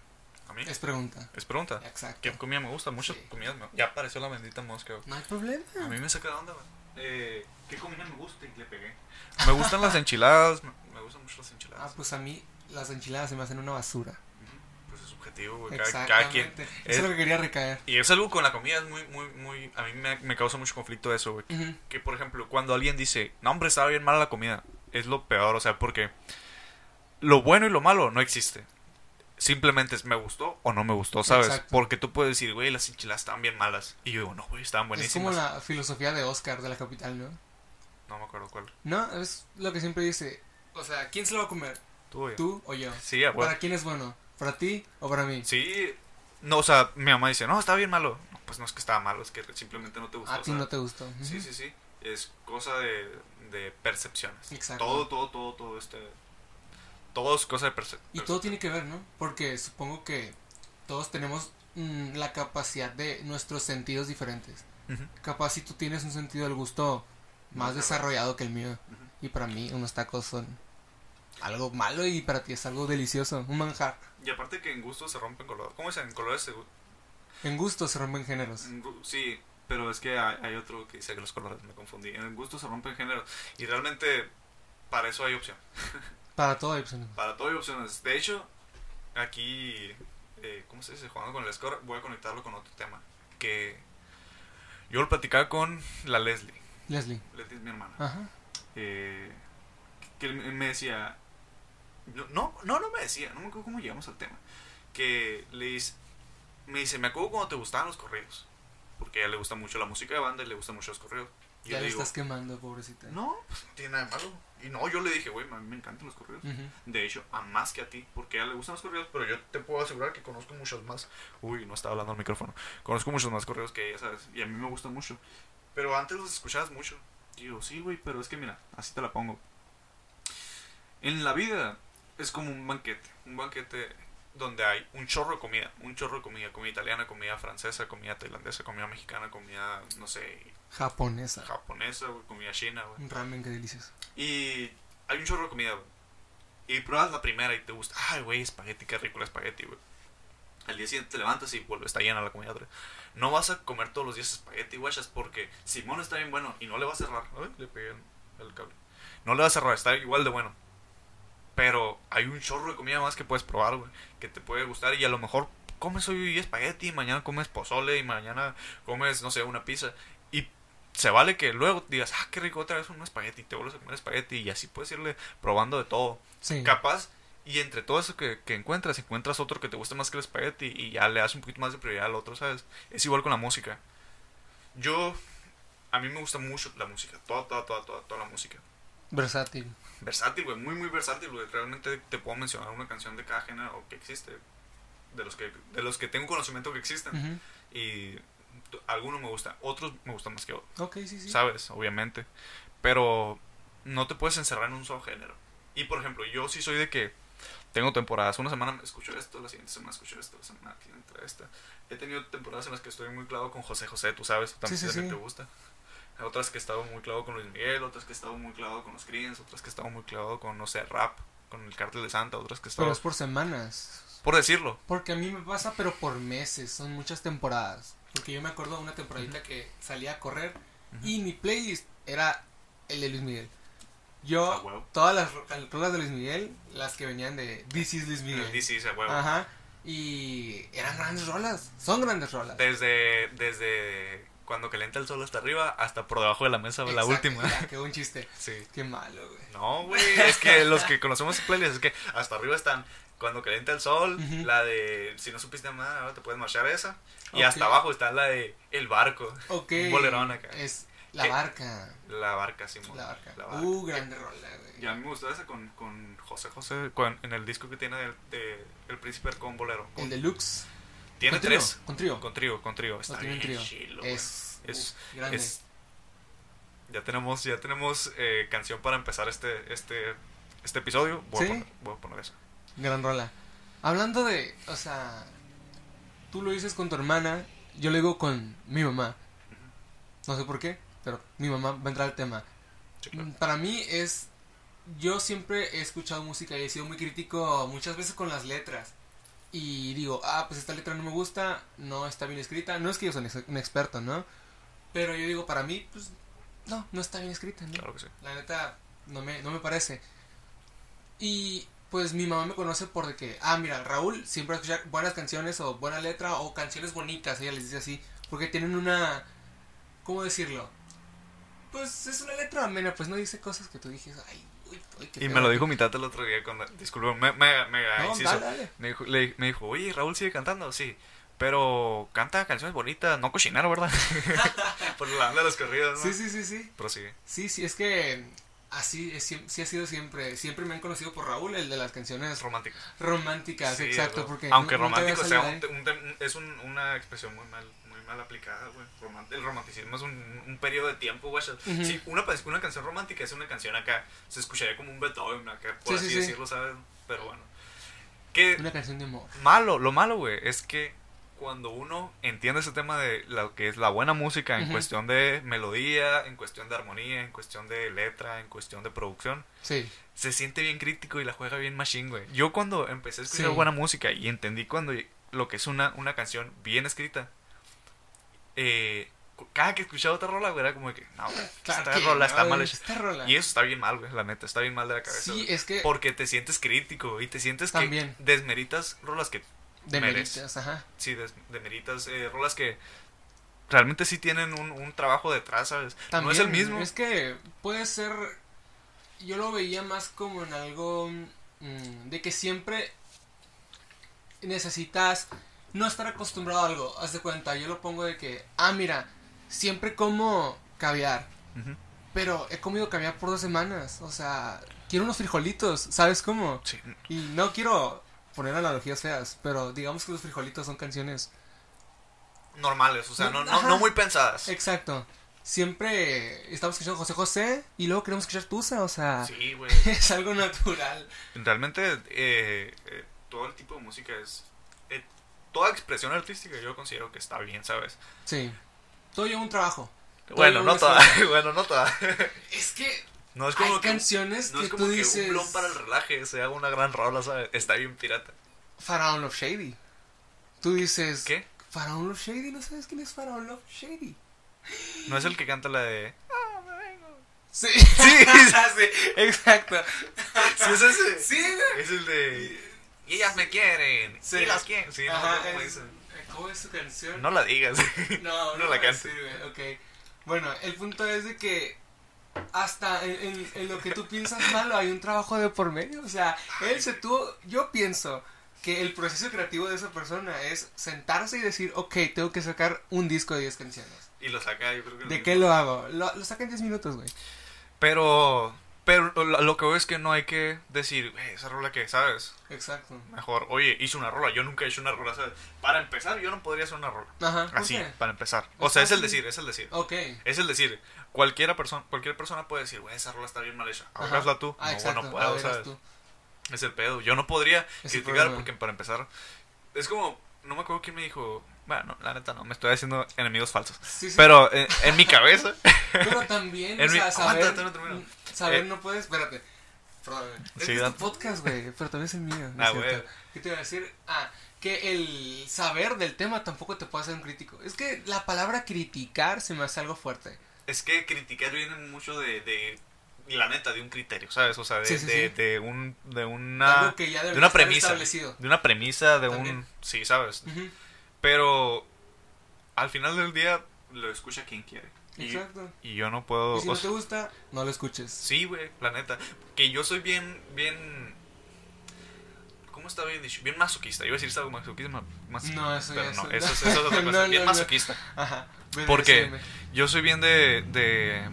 S2: A mí.
S3: Es pregunta.
S2: Es pregunta.
S3: Exacto.
S2: ¿Eh? Ah, ¿Qué comida me gusta? Muchas
S3: Sí.
S2: comidas me... Ya apareció la bendita mosca, güey.
S3: No hay problema.
S2: A mí me saca de onda, güey.
S4: Eh, ¿Qué comida me gusta? Y le pegué.
S2: Me gustan las enchiladas. Me, me gustan mucho las
S3: Ah,
S2: enchiladas.
S3: pues a mí las enchiladas se me hacen una basura.
S2: Pues es subjetivo, güey. Cada, cada quien.
S3: Exactamente. Eso es lo que quería recaer.
S2: Y es algo con la comida, es muy, muy, muy. A mí me, me causa mucho conflicto eso, güey.
S3: Ujú.
S2: Que por ejemplo, cuando alguien dice, no, hombre, estaba bien mala la comida, es lo peor, o sea, porque lo bueno y lo malo no existe. Simplemente es me gustó o no me gustó, ¿sabes?
S3: Exacto.
S2: Porque tú puedes decir, güey, las enchiladas estaban bien malas. Y yo digo, no, güey, estaban
S3: Es como
S2: buenísimas.
S3: la filosofía de Oscar de la capital, ¿no?
S2: No me acuerdo cuál.
S3: No, es lo que siempre dice. O sea, ¿quién se lo va a comer?
S2: Tú, güey.
S3: ¿Tú o yo?
S2: Sí, ah, güey.
S3: ¿Para quién es bueno? ¿Para ti o para mí?
S2: Sí. No, o sea, mi mamá dice, no, estaba bien malo. No, pues no es que estaba malo, es que simplemente no te gustó.
S3: a
S2: o
S3: ti
S2: sea,
S3: no te gustó. Ujú.
S2: Sí, sí, sí. Es cosa de, de percepciones.
S3: Exacto.
S2: Todo, todo, todo, todo este... Todo es cosa de percepción.
S3: Y todo tiene que ver, ¿no? Porque supongo que todos tenemos mm, la capacidad de nuestros sentidos diferentes.
S2: Ujú.
S3: Capaz si tú tienes un sentido del gusto más desarrollado que el mío. Y para mí unos tacos son algo malo y para ti es algo delicioso, un manjar.
S2: Y aparte que en gusto se rompen colores. ¿Cómo dicen? En colores se... gu-
S3: En gusto se rompen géneros.
S2: en gu- Sí, pero es que hay, hay otro que dice que los colores me confundí. En gusto se rompen géneros. Y realmente para eso hay opción.
S3: Para todo hay opciones.
S2: Para todo hay opciones. De hecho, aquí... eh, ¿Cómo se dice? Jugando con el score, voy a conectarlo con otro tema. Que yo lo platicaba con la Leslie.
S3: Leslie.
S2: Leslie es mi hermana.
S3: Ajá.
S2: eh, que él me decía, no, no, no, no me decía, no me acuerdo cómo llegamos al tema, que le dice, me dice, me acuerdo cuando te gustaban los corridos, porque a ella le gusta mucho la música de banda y le gustan mucho los corridos. Y
S3: ya
S2: yo
S3: le
S2: le digo,
S3: estás quemando, pobrecita.
S2: no, pues no tiene nada de malo. Y no, yo le dije, güey, a mí me encantan los corridos.
S3: Ujú.
S2: De hecho, a más que a ti, porque a ella le gustan los corridos, pero yo te puedo asegurar que conozco muchos más. Uy, no estaba hablando al micrófono. Conozco muchos más corridos que ella, ¿sabes? Y a mí me gustan mucho. Pero antes los escuchabas mucho. Digo, sí, güey, pero es que mira, así te la pongo. En la vida es como un banquete, un banquete donde hay un chorro de comida, un chorro de comida, comida italiana, comida francesa, comida tailandesa, comida mexicana, comida, no sé,
S3: Japonesa.
S2: japonesa, güey, comida china, güey.
S3: Un ramen que delicioso.
S2: Y hay un chorro de comida, güey. Y pruebas la primera y te gusta. Ay, güey, espagueti, qué rico el espagueti, güey. Al día siguiente te levantas y vuelve, está llena la comida otra vez. No vas a comer todos los días espagueti, guachas, porque Simón está bien bueno y no le va a cerrar. Ay, le pegué el, el cable. No le va a cerrar, está igual de bueno. Pero hay un chorro de comida más que puedes probar, güey, que te puede gustar y a lo mejor comes hoy espagueti, y mañana comes pozole y mañana comes, no sé, una pizza. Y se vale que luego digas, ah, qué rico otra vez un espagueti, te vuelves a comer espagueti y así puedes irle probando de todo.
S3: Sí.
S2: Capaz, y entre todo eso que, que encuentras, encuentras otro que te gusta más que el espagueti y ya le das un poquito más de prioridad al otro, ¿sabes? Es igual con la música. Yo, a mí me gusta mucho la música, toda, toda, toda, toda, toda la música.
S3: Versátil.
S2: Versátil, güey, muy, muy versátil, güey. Realmente te puedo mencionar una canción de cada género que existe, de los que, de los que tengo conocimiento que existen.
S3: Ujú.
S2: Y t- algunos me gustan, otros me gustan más que otros.
S3: Ok, sí, sí.
S2: ¿sabes? Obviamente. Pero no te puedes encerrar en un solo género. Y por ejemplo, yo sí soy de que tengo temporadas. Una semana escucho esto, la siguiente semana escucho esto, la semana que entra esta. He tenido temporadas en las que estoy muy clavado con José José, tú sabes, también
S3: Sí, sí, sí.
S2: te gusta. Otras que he estado muy clavado con Luis Miguel, otras que he estado muy clavado con los Creens, otras que he estado muy clavado con, no sé, rap, con el Cártel de Santa, otras que he estado.
S3: Pero es por semanas.
S2: Por decirlo,
S3: Porque a mí me pasa, pero por meses, son muchas temporadas. Porque yo me acuerdo de una temporadita que salía a correr y mi playlist era el de Luis Miguel. Yo,
S2: A huevo.
S3: todas las ro- las rolas de Luis Miguel, las que venían de This is Luis Miguel.
S2: el DC se huevo.
S3: Ajá. Y eran grandes rolas, son grandes rolas.
S2: Desde, desde cuando calienta el sol hasta arriba, hasta por debajo de la mesa, la
S3: Exacto,
S2: última.
S3: ya, qué buen chiste.
S2: Sí.
S3: Qué malo, güey.
S2: No, güey, es que los que conocemos ese playlist es que hasta arriba están Cuando calienta el sol,
S3: Ujú.
S2: la de Si no supiste nada, ahora te puedes marchar esa. Y
S3: Ok.
S2: hasta abajo está la de El barco.
S3: Ok.
S2: Un bolerón acá.
S3: Es, La
S2: Eh,
S3: barca.
S2: La barca, Simón.
S3: La barca.
S2: La barca.
S3: Uh, grande rola, güey.
S2: Y a mí me gustaba esa con, con José José, con- en el disco que tiene del- de El Príncipe con Bolero.
S3: El deluxe.
S2: tiene
S3: con trío,
S2: tres.
S3: Con trío.
S2: Con trío, con trío.
S3: No,
S2: Está
S3: tiene
S2: bien
S3: un trío.
S2: chilo, güey.
S3: Es,
S2: Es-
S3: uh, grande.
S2: Es- ya tenemos, ya tenemos eh, canción para empezar este, este, este episodio. Voy,
S3: ¿Sí?
S2: a poner, voy a poner eso.
S3: Gran rola. Hablando de, o sea, tú lo dices con tu hermana, yo lo digo con mi mamá. No sé por qué, pero mi mamá va a entrar al tema.
S2: Sí, claro.
S3: Mm, Para mí es, yo siempre he escuchado música y he sido muy crítico muchas veces con las letras. Y digo, ah, pues esta letra no me gusta, no está bien escrita. No es que yo soy un ex- un experto, ¿no? Pero yo digo, para mí, pues, no, no está bien escrita, ¿no?
S2: Claro que sí.
S3: La neta, no me, no me parece. Y pues mi mamá me conoce por de que, ah, mira, Raúl siempre va a escuchar buenas canciones o buena letra o canciones bonitas, ella les dice así, porque tienen una, ¿cómo decirlo? Pues es una letra amena, pues no dice cosas que tú dijes, ay, uy, uy, qué
S5: Y
S3: feo".
S5: me lo dijo mi tata el otro día cuando...
S2: Disculpa, me, me,
S3: No,
S2: me inciso.
S3: dale, dale.
S2: Me dijo, le- me dijo, oye, Raúl sigue cantando, sí. Pero canta canciones bonitas, no cochinero, ¿verdad? Por la onda de los corridos, ¿no?
S3: Sí, sí, sí, sí.
S2: Prosigue.
S3: Sí, sí, es que así, es, siem- sí ha sido siempre. Siempre me han conocido por Raúl, el de las canciones
S2: Es romántico.
S3: románticas,
S2: Sí,
S3: exacto.
S2: güey.
S3: Porque
S2: Aunque
S3: nu- nunca había
S2: romántico sea
S3: salido,
S2: un,
S3: ¿eh?
S2: un- un- es un- una expresión muy mal, muy mal aplicada, güey. Romant- el romanticismo es un, un periodo de tiempo, güey.
S3: Ujú.
S2: Sí, una, pa- una canción romántica es una canción acá, se escucharía como un Beethoven acá, por
S3: Sí,
S2: así
S3: sí, sí.
S2: decirlo, ¿sabes? Pero bueno. Que
S3: Una canción de amor.
S2: malo, lo malo, güey, es que cuando uno entiende ese tema de lo que es la buena música en
S3: Ujú.
S2: cuestión de melodía, en cuestión de armonía, en cuestión de letra, en cuestión de producción,
S3: Sí.
S2: se siente bien crítico y la juega bien machine, güey. Yo cuando empecé a escuchar
S3: Sí.
S2: buena música y entendí cuando lo que es una, una canción bien escrita, eh, cu- cada que escuchaba otra rola, güey, era como de que, no, güey, esta
S3: que
S2: rola
S3: no,
S2: está mal
S3: güey,
S2: hecha.
S3: esta rola.
S2: Y eso está bien mal, güey, la neta, está bien mal de la cabeza.
S3: sí,
S2: güey.
S3: es que
S2: Porque te sientes crítico y te sientes
S3: También.
S2: que desmeritas rolas que,
S3: de
S2: merece.
S3: meritas, ajá.
S2: sí, des- desmeritas eh, rolas que realmente sí tienen un, un trabajo detrás, ¿sabes?
S3: También,
S2: no es el mismo.
S3: Es que puede ser. Yo lo veía más como en algo mm, de que siempre necesitas no estar acostumbrado a algo. Haz de cuenta, yo lo pongo de que, ah, mira, siempre como caviar.
S2: Ujú.
S3: Pero he comido caviar por dos semanas. O sea, quiero unos frijolitos, ¿sabes cómo?
S2: Sí,
S3: Y no quiero poner analogías feas, pero digamos que los frijolitos son canciones
S2: normales, o sea, no, no,
S3: Ajá.
S2: no muy pensadas.
S3: Exacto. Siempre estamos escuchando José José y luego queremos escuchar Tusa, o sea,
S2: Sí, güey.
S3: es algo natural.
S2: Realmente eh, eh, todo el tipo de música es... eh, toda expresión artística yo considero que está bien, ¿sabes?
S3: Sí. Todo lleva un trabajo. Todo
S2: Bueno,
S3: lleva
S2: no
S3: un
S2: toda.
S3: esfuerzo.
S2: bueno, no toda.
S3: Es que
S2: No es
S3: hay
S2: como que,
S3: canciones
S2: no
S3: que
S2: es como
S3: tú
S2: que
S3: dices.
S2: un blon para el relaje se haga una gran rola, ¿sabes? Está bien pirata.
S3: Faraón Love Shady. Tú dices.
S2: ¿Qué?
S3: Faraón Love Shady, ¿no sabes quién es Faraón Love Shady?
S2: No es el que canta la de...
S3: Sí. Ah, Sí, exacto.
S2: Sí, es ese.
S3: Sí, güey.
S2: Es el de... Y ellas me quieren.
S3: Sí.
S2: Y las quieren. Sí, no,
S3: Ajá,
S2: no, ¿cómo
S3: es-
S2: dice?
S3: ¿Cómo es su canción?
S2: No la digas.
S3: No,
S2: No
S3: no,
S2: la
S3: la
S2: cante.
S3: ok. Bueno, el punto es de que hasta en, en- en lo que tú piensas malo hay un trabajo de por medio. O sea, él se tuvo. Yo pienso que el proceso creativo de esa persona es sentarse y decir, ok, tengo que sacar un disco de 10 canciones.
S2: y lo saca, yo creo que...
S3: ¿De qué lo hago? Lo, lo saca en 10 minutos, güey.
S2: Pero... Pero lo lo que veo es que no hay que decir, "Güey, esa rola que, ¿sabes?
S3: Exacto.
S2: Mejor, oye, hice una rola, yo nunca he hecho una rola, ¿sabes? Para empezar, yo no podría hacer una rola.
S3: Ajá. ¿por
S2: Así,
S3: qué?
S2: para empezar. O
S3: Pues
S2: sea, es el
S3: fácil.
S2: decir, es el decir.
S3: Ok.
S2: Es el decir, cualquiera persona, cualquier persona puede decir, güey, esa rola está bien mal hecha.
S3: Ajá.
S2: Ahora hazla tú. no, pues,
S3: Ah,
S2: güey,
S3: exacto.
S2: no
S3: a
S2: puedo,
S3: ver, haz
S2: ¿sabes?
S3: tú.
S2: Es el pedo. Yo no podría
S3: el
S2: criticar
S3: problema.
S2: porque para empezar, es como, no me acuerdo quién me dijo, bueno, la neta no, me estoy haciendo enemigos falsos.
S3: Sí, sí.
S2: Pero eh, en mi cabeza,
S3: Pero también,
S2: En
S3: o
S2: mi-
S3: sea, saber,
S2: aguanta, todavía no termino.
S3: saber
S2: Eh.
S3: no puedes, espérate. Perdóname.
S2: Sí,
S3: este es
S2: date.
S3: tu podcast, güey, pero también es el mío. no
S2: Ah,
S3: es cierto.
S2: güey.
S3: ¿Qué te iba a decir? Ah, que el saber del tema tampoco te puede hacer un crítico. Es que la palabra criticar se me hace algo fuerte.
S2: es que criticar viene mucho de, de la neta, de un criterio, ¿sabes? O sea, de,
S3: Sí, sí,
S2: de,
S3: sí.
S2: de un, de una,
S3: algo que ya
S2: Ah, de
S3: debería
S2: una
S3: estar
S2: premisa.
S3: establecido.
S2: de una premisa, de un,
S3: También.
S2: sí, ¿sabes?
S3: Ujú,
S2: Pero al final del día lo escucha quien quiere. Y,
S3: Exacto.
S2: y yo no puedo.
S3: Y si
S2: o
S3: no te
S2: sea,
S3: gusta, no lo escuches.
S2: sí, güey, la neta. Que yo soy bien, bien. ¿Cómo está bien dicho? Bien masoquista. Yo iba a decir algo masoquismo.
S3: No, eso ya
S2: pero
S3: es-
S2: no, eso, es- eso es otra
S3: No,
S2: cosa. bien
S3: no, no.
S2: masoquista.
S3: Ajá. Ven,
S2: ¿Por qué?
S3: sígueme.
S6: Yo soy bien de, de-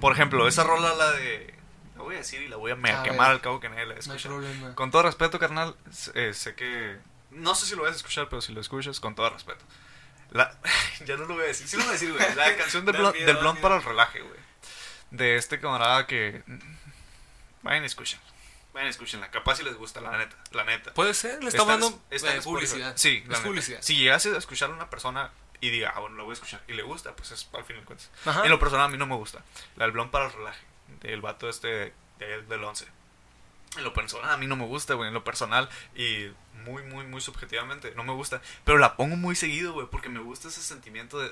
S2: Por ejemplo, esa rola, la de. La voy a decir y la voy a mega
S3: A
S2: quemar
S3: ver.
S2: al cabo que nadie la
S3: No hay
S2: escucha.
S3: problema.
S6: Con todo respeto, carnal, s- eh, sé que... No sé si lo vas a escuchar, pero si lo escuchas, con todo respeto.
S2: La- ya no lo voy a decir. Sí lo voy a decir, güey. La canción de
S6: Da
S2: Blon-
S6: miedo,
S2: del
S6: da
S2: Blond
S6: miedo.
S2: para el relaje, güey.
S6: De este camarada que...
S2: Vayan y escuchen. Vayan y escúchenla. Capaz si les gusta, la neta. La neta.
S3: Puede ser, le
S2: Está en-
S3: estamos dando
S2: está en
S3: eh,
S2: Spotify.
S3: publicidad.
S6: Sí,
S3: es
S6: la neta.
S3: publicidad.
S2: Si llegase a escuchar a una persona y diga, ah, bueno, la voy a escuchar y le gusta, pues es al final de cuentas.
S3: Ajá.
S2: En lo personal a mí no me gusta. La del Blond para el relaje. Del vato este de ahí del 11. En lo personal a mí no me gusta, güey. En lo personal y muy, muy, muy subjetivamente no me gusta. Pero la pongo muy seguido, güey. Porque me gusta ese sentimiento de...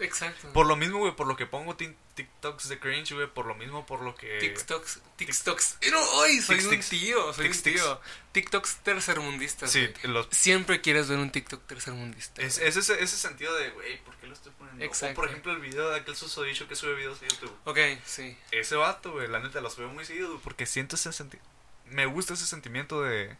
S3: Exacto.
S2: Por lo mismo, güey. Por lo que pongo tin- TikToks de cringe, güey. Por lo mismo, por lo que...
S3: TikToks, TikToks. Pero hoy soy un
S2: Tics-tics.
S3: tío, soy un
S2: Tics-tics.
S3: tío. TikToks tercermundistas.
S2: Sí,
S3: güey.
S2: los...
S3: Siempre quieres ver un TikTok tercermundista.
S2: Es, es ese, ese sentido de, güey, ¿por qué lo estoy poniendo? O,
S3: Exacto.
S2: por ejemplo, el video de aquel susodicho que sube videos a YouTube.
S3: Ok, sí.
S2: Ese vato, güey, la neta, lo sube muy seguido, güey, porque siento ese sentido. Me gusta ese sentimiento de.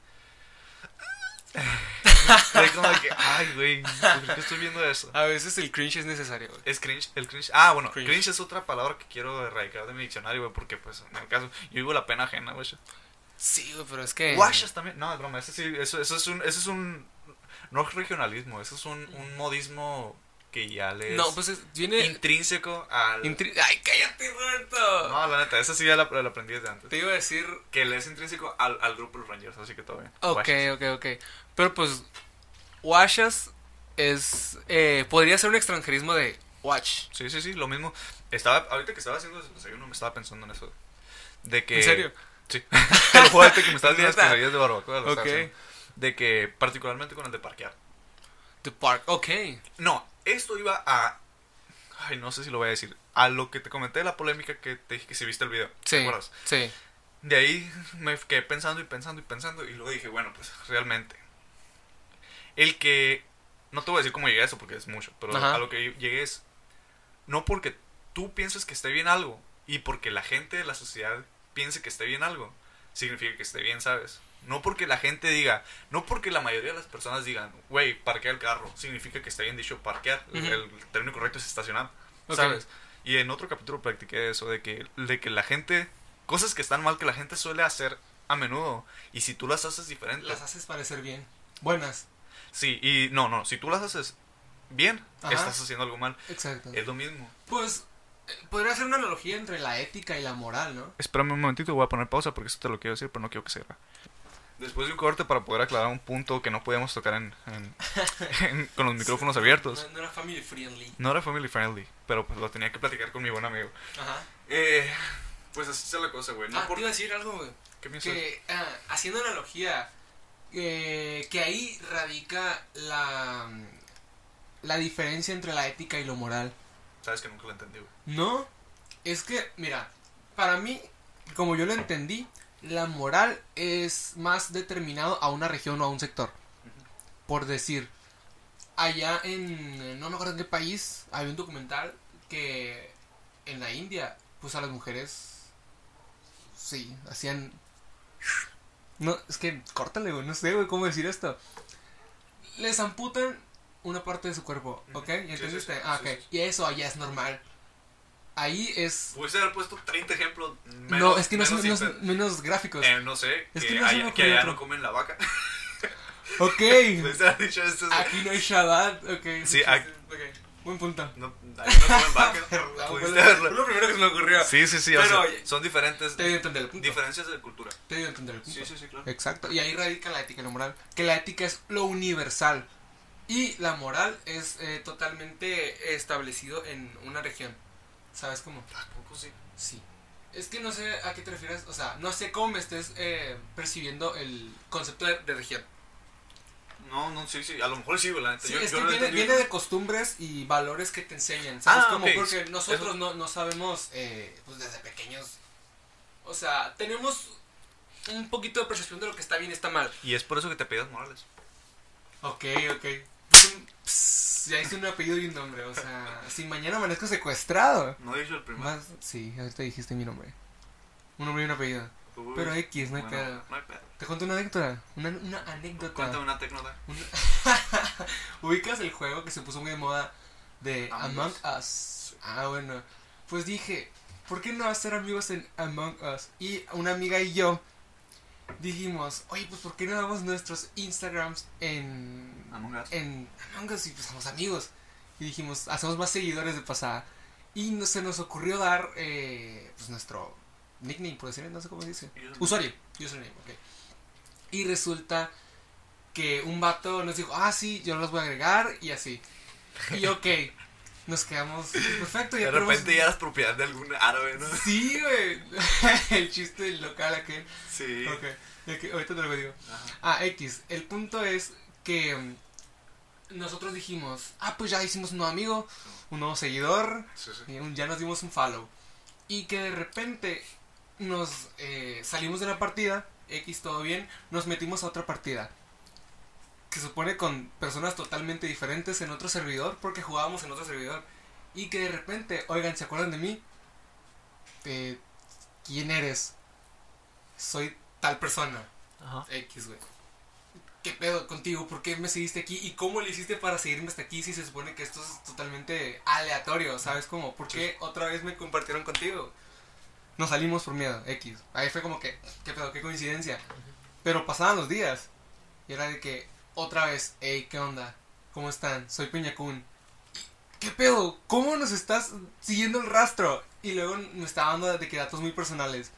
S2: de como de que, ay, güey, ¿por qué estoy viendo eso?
S3: A veces el cringe es necesario, güey.
S2: Es cringe, el cringe. Ah, bueno,
S3: Cringe.
S2: cringe, es otra palabra que quiero erradicar de mi diccionario, güey, porque, pues, en el caso, yo vivo la pena ajena, güey.
S3: Sí, güey, pero es que.
S2: Guachas también. No, es broma, ese sí, eso, eso es un. Eso es un no es regionalismo, eso es un, un modismo que ya le.
S3: No, pues es- viene.
S2: intrínseco al.
S3: intri- ¡Ay, cállate, Roberto!
S2: no, la neta, esa sí ya la, la aprendí desde antes.
S3: Te iba a decir.
S2: Que le es intrínseco al, al grupo de los Rangers, así que todo bien.
S3: Ok,
S2: Guachas.
S3: ok, ok. Pero pues. Washas es. eh, podría ser un extranjerismo de watch.
S2: Sí, sí, sí, lo mismo. Estaba, ahorita que estaba haciendo eso, pues, yo no me estaba pensando en eso. De que.
S3: ¿En serio?
S2: Sí. Te lo juro, ahorita que me estás diciendo las
S3: Neta.
S2: quesadillas de barbacoa. lo estaba
S3: Ok.
S2: haciendo. De que, particularmente con el de parquear.
S3: The park. Ok.
S2: No, esto iba a. Ay, no sé si lo voy a decir. A lo que te comenté de la polémica que te dije que si viste el video. ¿Te
S3: Sí.
S2: acuerdas?
S3: Sí.
S2: De ahí me quedé pensando y pensando y pensando. Y luego dije, bueno, pues realmente. El que. No te voy a decir cómo llegué a eso porque es mucho. Pero
S3: Ajá.
S2: a lo que llegué es. No porque tú pienses que esté bien algo. Y porque la gente de la sociedad piense que esté bien algo. Significa que esté bien, ¿sabes? No porque la gente diga. No porque la mayoría de las personas digan, güey, parquea el carro. Significa que está bien dicho parquear. El-
S3: Ujú.
S2: El término correcto es estacionar.
S3: Ok.
S2: ¿Sabes? Y en otro capítulo practiqué eso de que, de que la gente, cosas que están mal que la gente suele hacer a menudo, y si tú las haces diferente,
S3: Las haces parecer bien. Buenas.
S2: sí, y no, no, si tú las haces bien,
S3: Ajá.
S2: estás haciendo algo mal,
S3: Exacto.
S2: es lo mismo.
S3: Eh, Pues eh, podría ser una analogía entre la ética y la moral, ¿no?
S6: Espérame un momentito, voy a poner pausa porque eso te lo quiero decir, pero no quiero que se haga. Después de un corte para poder aclarar un punto que no podíamos tocar en- en- en- con los micrófonos abiertos.
S3: No, no era family friendly.
S6: No era family friendly, pero pues lo tenía que platicar con mi buen amigo.
S3: Ajá.
S2: Eh, pues así es la cosa, güey. No
S3: ah,
S2: por-
S3: te iba a decir algo, güey.
S2: ¿Qué piensas?
S3: Que ah, haciendo analogía, eh, que ahí radica la, la diferencia entre la ética y lo moral.
S2: Sabes que nunca lo entendí, güey.
S3: No, es que, mira, para mí, como yo lo entendí, la moral es más determinado a una región o a un sector. Por decir, allá en, no me acuerdo en qué país, había un documental que en la India, pues a las mujeres, sí, hacían... No, es que, córtale, güey, no sé, güey, cómo decir esto. Les amputan una parte de su cuerpo,
S2: Ujú.
S3: ¿ok?
S2: Sí, sí,
S3: ¿Entendiste?
S2: sí,
S3: ah,
S2: sí,
S3: ok.
S2: sí.
S3: Y eso allá es normal. Ahí es.
S2: Pudiste haber puesto 30 ejemplos menos.
S3: no, es que no
S2: menos
S3: son menos,
S2: inter-
S3: menos gráficos.
S2: eh, no sé,
S3: es
S2: que,
S3: que no se me
S2: allá, que
S3: ocurrió
S2: allá
S3: otro.
S2: no comen la vaca.
S3: Ok.
S2: Pudiste haber dicho eh, esto. es-
S3: Aquí no hay Shabbat. Ok.
S2: Pues, Sí,
S3: ok,
S2: aquí-
S3: ok, Buen punto.
S2: No, ahí no comen
S3: Ah,
S2: vaca.
S3: fue
S2: Pudiste
S3: lo-
S2: haberlo.
S3: fue lo primero que se me ocurrió.
S2: Sí, sí, sí. o sea,
S3: Pero, oye,
S2: son diferentes
S3: Te dio a entender el punto.
S2: diferencias de cultura.
S3: Te dio a entender el punto.
S2: sí, claro.
S3: Exacto. Y ahí radica la ética y la moral. Que la ética es lo universal. Y la moral es eh, totalmente establecido en una región. ¿Sabes cómo?
S2: Tampoco sí.
S3: Sí. Es que no sé a qué te refieres, o sea, no sé cómo me estés eh, percibiendo el concepto de, de región.
S2: No, no, sí, sí. A lo mejor sí, güey, la neta.
S3: Sí,
S2: yo,
S3: es
S2: yo
S3: que
S2: no
S3: viene,
S2: entendí.
S3: viene de costumbres y valores que te enseñan, ¿sabes?
S2: Ah,
S3: Como
S2: ok.
S3: porque nosotros
S2: Eso-
S3: no, no sabemos, eh, pues desde pequeños, o sea, tenemos un poquito de percepción de lo que está bien y está mal.
S2: Y es por eso que te pedías Morales.
S3: Ok, ok. Pues, Pss, Ya hice un apellido y un nombre, o sea, si mañana amanezco secuestrado.
S2: No he dicho el primero.
S3: Más, sí, ahorita dijiste mi nombre. Un nombre y un apellido.
S2: Uy,
S3: Pero X, no hay
S2: bueno,
S3: pedo.
S2: No hay pedo.
S3: Te cuento una anécdota. Una, una anécdota.
S2: Cuéntame una técnica.
S3: Una- ¿Ubicas el juego que se puso muy de moda de
S2: Among
S3: Among Us?
S7: Sí.
S3: Ah, bueno. Pues dije, ¿por qué no hacer amigos en Among Us? Y una amiga y yo dijimos, oye, pues ¿por qué no damos nuestros Instagrams en
S7: Among Us.
S3: en Among Us? Y pues somos amigos. Y dijimos, hacemos más seguidores de pasada. Y no, se nos ocurrió dar eh, pues nuestro nickname, por decirlo, no sé cómo se dice.
S7: Username.
S3: Usuario, username, ok. Y resulta que un vato nos dijo, ah, sí, yo los voy a agregar y así. Y ok, nos quedamos perfecto. Ya
S7: De
S3: tenemos-
S7: repente ya eras propiedad de algún árabe, ¿no?
S3: Sí, güey. El chiste del local aquel.
S7: Sí.
S3: Ok, de que ahorita te lo digo.
S7: Ajá.
S3: Ah, X. El punto es que mm, nosotros dijimos, ah, pues ya hicimos un nuevo amigo, un nuevo seguidor,
S7: Sí, sí.
S3: y pues, eh, un- ya nos dimos un follow. Y que de repente nos eh, salimos de la partida, X todo bien, nos metimos a otra partida. Que supone con personas totalmente diferentes en otro servidor, porque jugábamos en otro servidor. Y que de repente, oigan, ¿se acuerdan de mí? Eh, ¿Quién eres? Soy tal persona.
S1: Ajá.
S3: X, güey. ¿Qué pedo contigo? ¿Por qué me seguiste aquí? ¿Y cómo le hiciste para seguirme hasta aquí si se supone que esto es totalmente aleatorio? ¿Sabes cómo? ¿Por qué otra vez me compartieron contigo? Nos salimos por miedo, X. Ahí fue como que, ¿qué pedo? ¿Qué coincidencia? Pero pasaban los días. Y era de que, otra vez, hey, ¿qué onda? ¿Cómo están? Soy Peñacún. ¿Qué pedo? ¿Cómo nos estás siguiendo el rastro? Y luego me estaba dando de que datos muy personales.